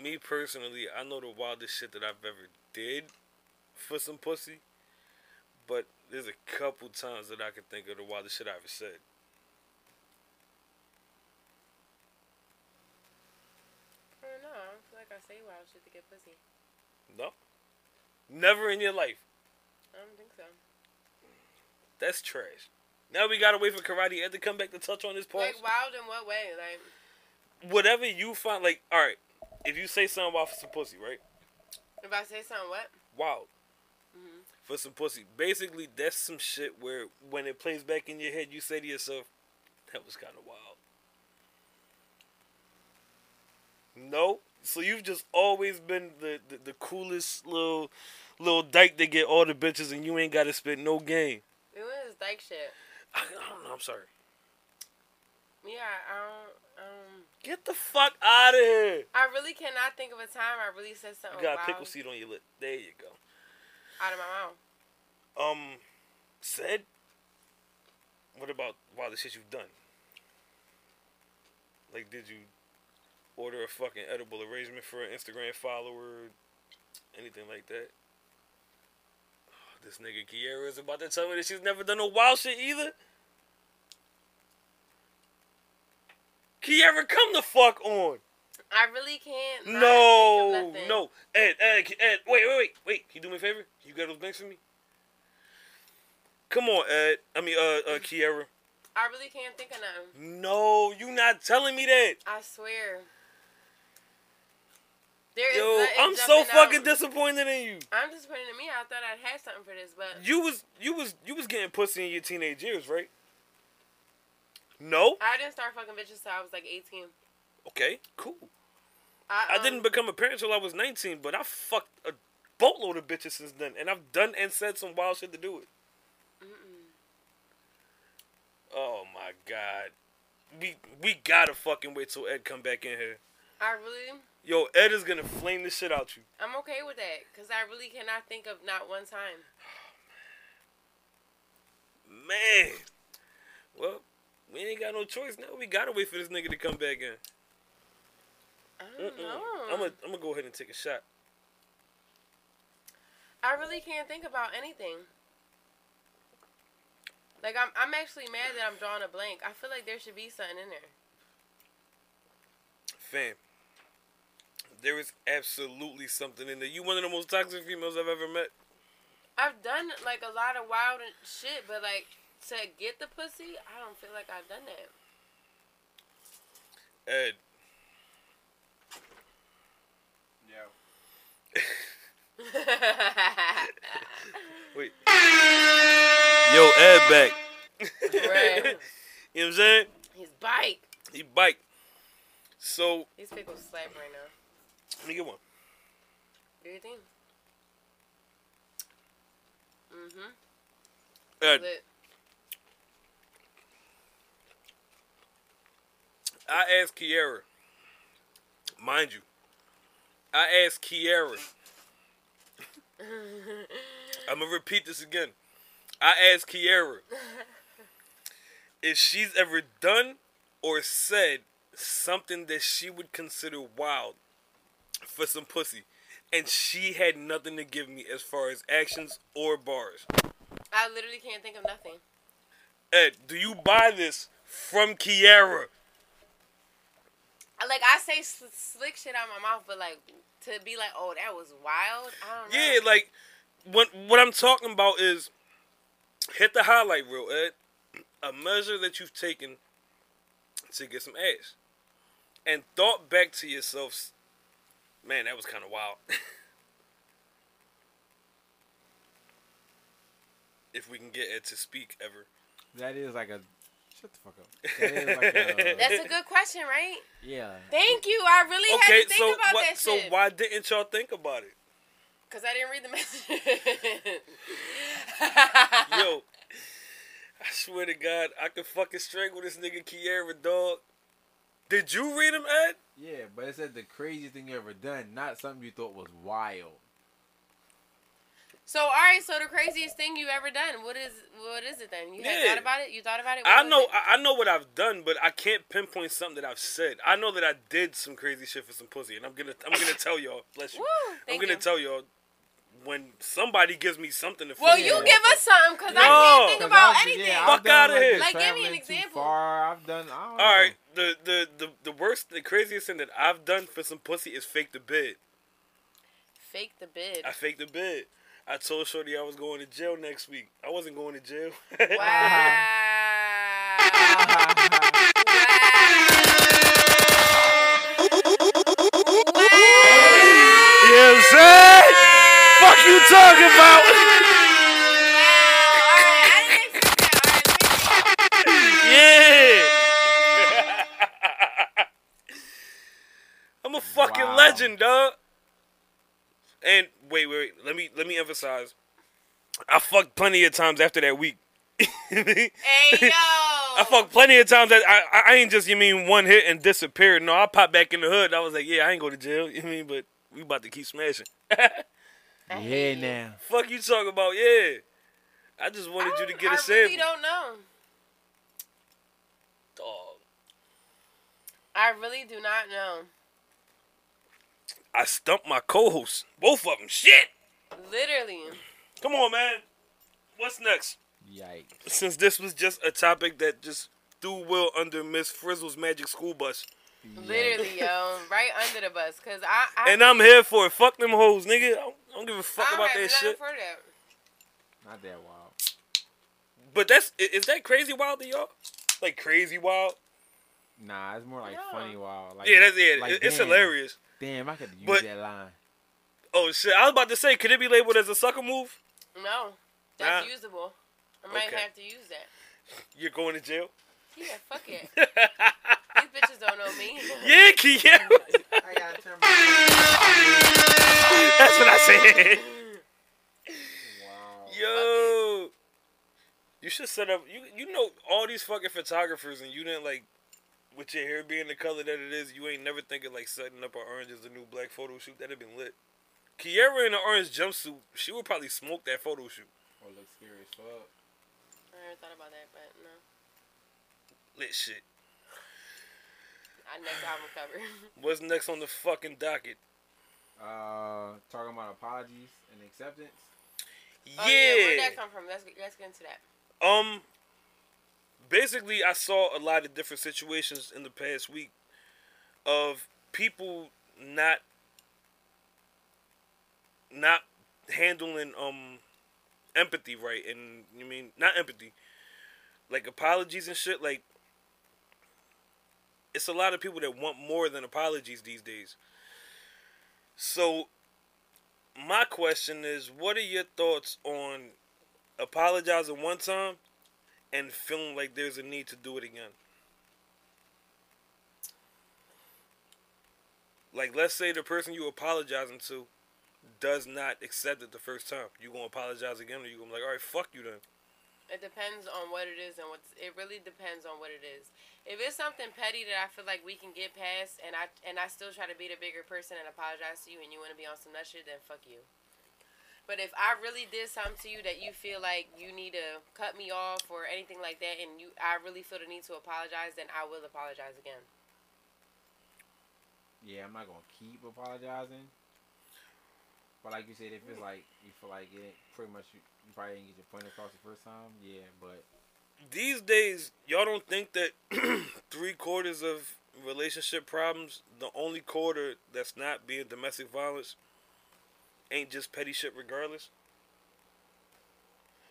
me personally, I know the wildest shit that I've ever did for some pussy, but there's a couple times that I can think of the wildest shit I ever said. I don't know. I feel like I say wild shit to get pussy. No, never in your life. I don't think so. That's trash. Now we gotta wait for Karate Ed to come back to touch on this pause. Like wild in what way? Like whatever you find, like, all right, if you say something about some pussy, right? If I say something, what? Wild. For some pussy. Basically, that's some shit where when it plays back in your head, you say to yourself, that was kind of wild. No? So you've just always been the, the, the coolest little little dyke that get all the bitches and you ain't got to spit no game. It was dyke shit. I, I don't know, I'm sorry. Yeah, I don't. Um, Get the fuck out of here. I really cannot think of a time I really said something You got a wild pickle seed on your lip. There you go. out of my mouth. Um, said. What about wow the shit you've done? Like, did you order a fucking edible arrangement for an Instagram follower? Anything like that? This nigga Kiera is about to tell me that she's never done no wild shit either. Kiera, come the fuck on! I really can't. not think No, of nothing. no, Ed, Ed, Ed, wait, wait, wait, wait. Can you do me a favor? You got those banks for me? Come on, Ed. I mean, uh, uh, Kiera. I really can't think of nothing. No, you not telling me that. I swear. There is Yo, nothing I'm so jumping out. fucking disappointed in you. I'm disappointed in me. I thought I'd had something for this, but You was, you was, you was getting pussy in your teenage years, right? No. I didn't start fucking bitches till I was like 18. Okay, cool. I, I um, didn't become a parent till I was 19, but I fucked a boatload of bitches since then, and I've done and said some wild shit to do it. Oh my god, we we gotta fucking wait till Ed come back in here. I really. Yo, Ed is gonna flame this shit out you. I'm okay with that because I really cannot think of not one time. Man, well, we ain't got no choice now. We gotta wait for this nigga to come back in. I don't know. I'm gonna I'm gonna go ahead and take a shot. I really can't think about anything. Like I'm, I'm actually mad that I'm drawing a blank. I feel like there should be something in there. Fam, there is absolutely something in there. You one of the most toxic females I've ever met. I've done like a lot of wild and shit, but like to get the pussy, I don't feel like I've done that. Ed, Yeah. Wait. Yo, Ed back. Bruh. You know what I'm saying? His bike. He bike. So These pickles slap right now. let me get one. Do you think? Mm-hmm. Ed, Lit. I asked Kiara. Mind you, I asked Kiara. I'm gonna repeat this again. I asked Kiara if she's ever done or said something that she would consider wild for some pussy, and she had nothing to give me as far as actions or bars. I literally can't think of nothing. Ed, do you buy this from Kiara? I- Like I say s- slick shit out my mouth, but like to be like, oh, that was wild. I don't know. Yeah, like what what I'm talking about is hit the highlight reel, Ed. A measure that you've taken to get some ass, and thought back to yourself, man, that was kind of wild. if we can get Ed to speak ever, That is like a. Shut the fuck up. That is like a. That's a good question, right? yeah. Thank you. I really had okay. to think So about what? that So shit. why didn't y'all think about it? Cause I didn't read the message. Yo, I swear to God, I could fucking strangle this nigga Kiera, dog. Did you read him, Ed? Yeah, but it said the craziest thing you ever done, not something you thought was wild. so all right. So the craziest thing you've ever done. What is what is it then? You had Yeah. thought about it. You thought about it. What I was know, it? I I know what I've done, but I can't pinpoint something that I've said. I know that I did some crazy shit for some pussy, and I'm gonna, I'm gonna tell y'all. Bless you. Woo, I'm thank gonna you. tell y'all when somebody gives me something to. Well, fucking you do. give us something because I No. can't think 'Cause about I've- anything. Yeah, Fuck I've done, outta like, here. the Like, give me an traveling too example. Far. I've done. I don't All know. right, the, the the the worst, the craziest thing that I've done for some pussy is fake the bid. Fake the bid. I faked the bid. I told Shorty I was going to jail next week. I wasn't going to jail. Wow. wow. talking about? Yeah. I'm a fucking Wow. legend, dog. And wait, wait, let me let me emphasize. I fucked plenty of times after that week. Hey, yo. I fucked plenty of times that I, I I ain't just you mean one hit and disappeared. No, I popped back in the hood. I was like, yeah, I ain't go to jail. You mean, but we about to keep smashing. Yeah, now. Fuck you talking about? Yeah, I just wanted you to get a I sample. really don't know. Dog. I really do not know. I stumped my co-hosts, both of them. Shit. Literally. Come on, man. What's next? Yikes. Since this was just a topic that just threw Will under Miss Frizzle's magic school bus, Literally, yo. Right under the bus. Because I, I, and I'm here for it. Fuck them hoes, nigga. I don't, I don't give a fuck I about have that nothing shit. for that. Not that wild. But that's i- is that crazy wild to y'all? Like crazy wild? Nah, it's more like No. funny wild. Like, yeah, that's yeah. like, it- it's damn, hilarious. Damn, I could use But- that line. Oh shit! I was about to say, could it be labeled as a sucker move? No. That's Nah. usable. I might Okay. have to use that. You're going to jail. Yeah, fuck it. These bitches don't know me. Yeah, Kiara. That's what I said. Yo, you should set up. You you know all these fucking photographers, and you didn't like with your hair being the color that it is. You ain't never thinking like setting up an orange as a new black photo shoot. That'd have been lit. Kiara in an orange jumpsuit, she would probably smoke that photo shoot. Oh, look scary as fuck. I never thought about that, but no. Lit shit. I next album cover. What's next on the fucking docket? Uh, talking about apologies and acceptance. Yeah. Oh, yeah. Where'd that come from? Let's get, let's get into that. Um, basically, I saw a lot of different situations in the past week of people not not handling um empathy right, and you mean not empathy, like apologies and shit. Like, it's a lot of people that want more than apologies these days. So, my question is, what are your thoughts on? apologizing one time and feeling like there's a need to do it again. Like, let's say the person you apologizing to does not accept it the first time. You gonna apologize again, or you gonna be like, all right, fuck you then. It depends on what it is and what's. It really depends on what it is. If it's something petty that I feel like we can get past, and I and I still try to be the bigger person and apologize to you, and you want to be on some nut shit, then fuck you. But if I really did something to you that you feel like you need to cut me off or anything like that, and you, I really feel the need to apologize, then I will apologize again. Yeah, I'm not gonna keep apologizing. But like you said, if it's like you feel like it, pretty much you, you probably didn't get your point across the first time. Yeah, but These days, y'all don't think that three quarters of relationship problems, the only quarter that's not being domestic violence, ain't just petty shit regardless?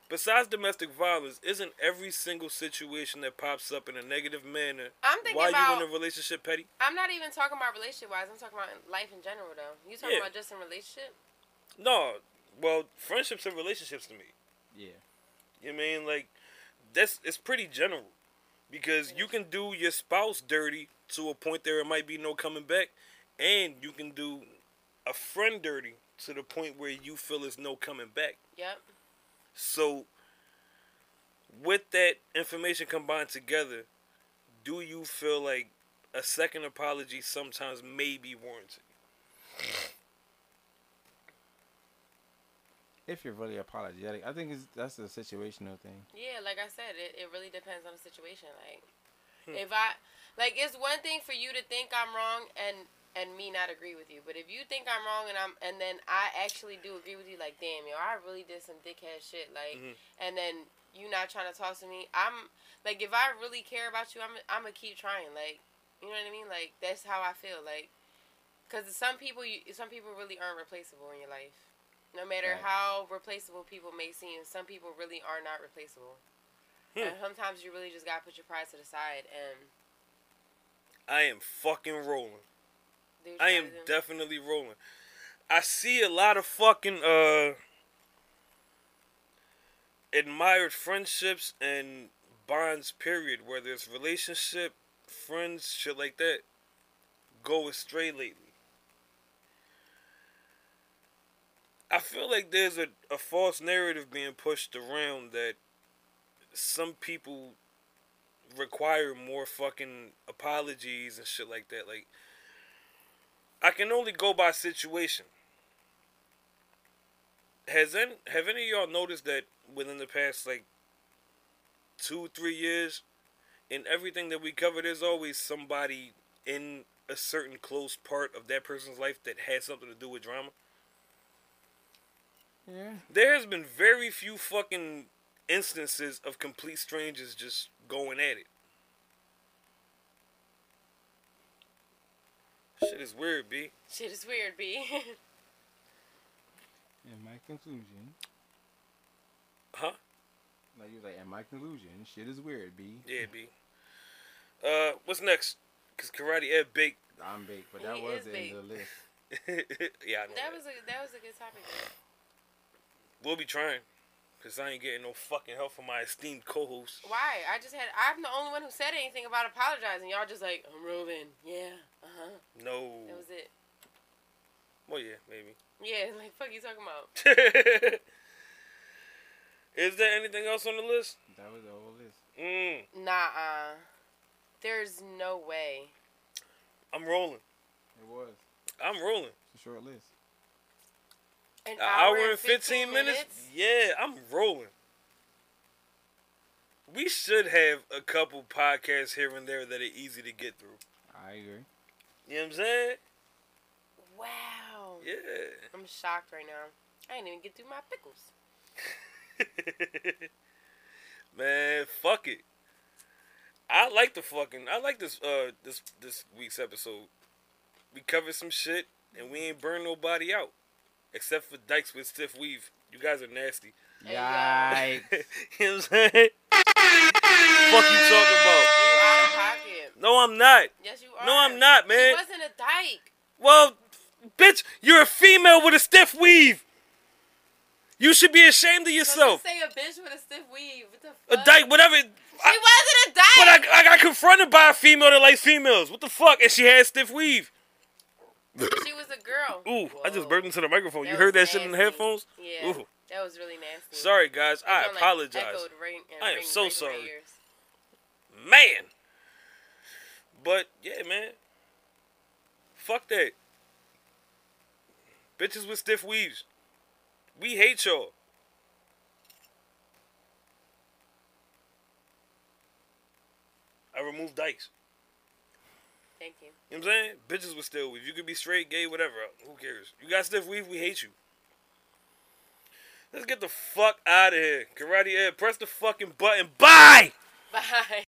Besides domestic violence, isn't every single situation that pops up in a negative manner I'm thinking why about. you in a relationship petty? I'm not even talking about relationship wise. I'm talking about in life in general, though. You talking Yeah. about just in relationship? No, well, friendships and relationships to me. yeah, You mean like that's it's pretty general because you can do your spouse dirty to a point there it might be no coming back, and you can do a friend dirty to the point where you feel it's no coming back. Yep. So, with that information combined together, do you feel like a second apology sometimes may be warranted? if you're really apologetic, I think it's, that's a situational thing. Yeah, like I said, it, it really depends on the situation. Like, if I like, it's one thing for you to think I'm wrong and and me not agree with you, but if you think I'm wrong and I'm and then I actually do agree with you, like, damn, yo, I really did some dickhead shit, like, and then you not trying to talk to me, I'm like, if I really care about you, I'm I'm gonna keep trying, like, you know what I mean? Like, that's how I feel, like, because some people, you, some people really aren't replaceable in your life. No matter Right. how replaceable people may seem, some people really are not replaceable. And sometimes you really just gotta put your pride to the side and I am fucking rolling. do what you I am gotta do. definitely rolling. I see a lot of fucking uh admired friendships and bonds. Period. Whether it's relationship, friends, shit like that, go astray lately. I feel like there's a, a false narrative being pushed around that some people require more fucking apologies and shit like that. Like, I can only go by situation. Has any, have any of y'all noticed that within the past like two, three years, in everything that we cover, there's always somebody in a certain close part of that person's life that had something to do with drama? Yeah. There has been very few fucking instances of complete strangers just going at it. Shit is weird, B. Shit is weird, B. In my conclusion, Huh? like you was like, in my conclusion, shit is weird, B. Yeah, B. Uh, what's next? Cause Karate Ed baked. I'm baked, but that He was is in baked. the list. yeah, I know. that That was a that was a good topic. We'll be trying. Cause I ain't getting no fucking help from my esteemed co-host. Why? I just had. I'm the only one who said anything about apologizing. Y'all just like I'm Reuben. Yeah. Uh huh. No. That was it. Well, yeah, maybe. Yeah. Like fuck you talking about. Is there anything else on the list? That was the whole list. Mm, Nah. uh There's no way. I'm rolling. It was. I'm rolling. It's a short list. An An hour, and 15, minutes? Yeah, I'm rolling. We should have a couple podcasts here and there that are easy to get through. I agree. You know what I'm saying? Wow. Yeah. I'm shocked right now. I didn't even get through my pickles. Man, fuck it. I like the fucking I like this uh this this week's episode. We covered some shit and we ain't burned nobody out. Except for Dykes with Stiff Weave. You guys are nasty. Yikes. you know what I'm saying? fuck you talking about. You out of pocket. No, I'm not. Yes, you are. No, I'm not, He man. wasn't a dyke. Well, bitch, you're a female with a stiff weave. You should be ashamed of So yourself. say a bitch with a stiff weave. What the A fuck? dyke, whatever. She I, wasn't a dyke. but I, I got confronted by a female that likes females. What the fuck? And she had stiff weave. she was a girl. Ooh, I just Whoa. burped into the microphone. That you heard that was shit in the nasty. headphones? Yeah. Ooh. That was really nasty. Sorry, guys. I Kinda, like, apologize. echoed ring- and I am ring- so ring in my sorry. ears. Man. But, yeah, man. Fuck that. Bitches with stiff weaves. We hate y'all. I remove dykes. Thank you. You know what I'm saying? Bitches with stiff weave. You could be straight, gay, whatever. Who cares? You got stiff weave, we hate you. Let's get the fuck out of here. Karate Ed, press the fucking button. Bye! Bye.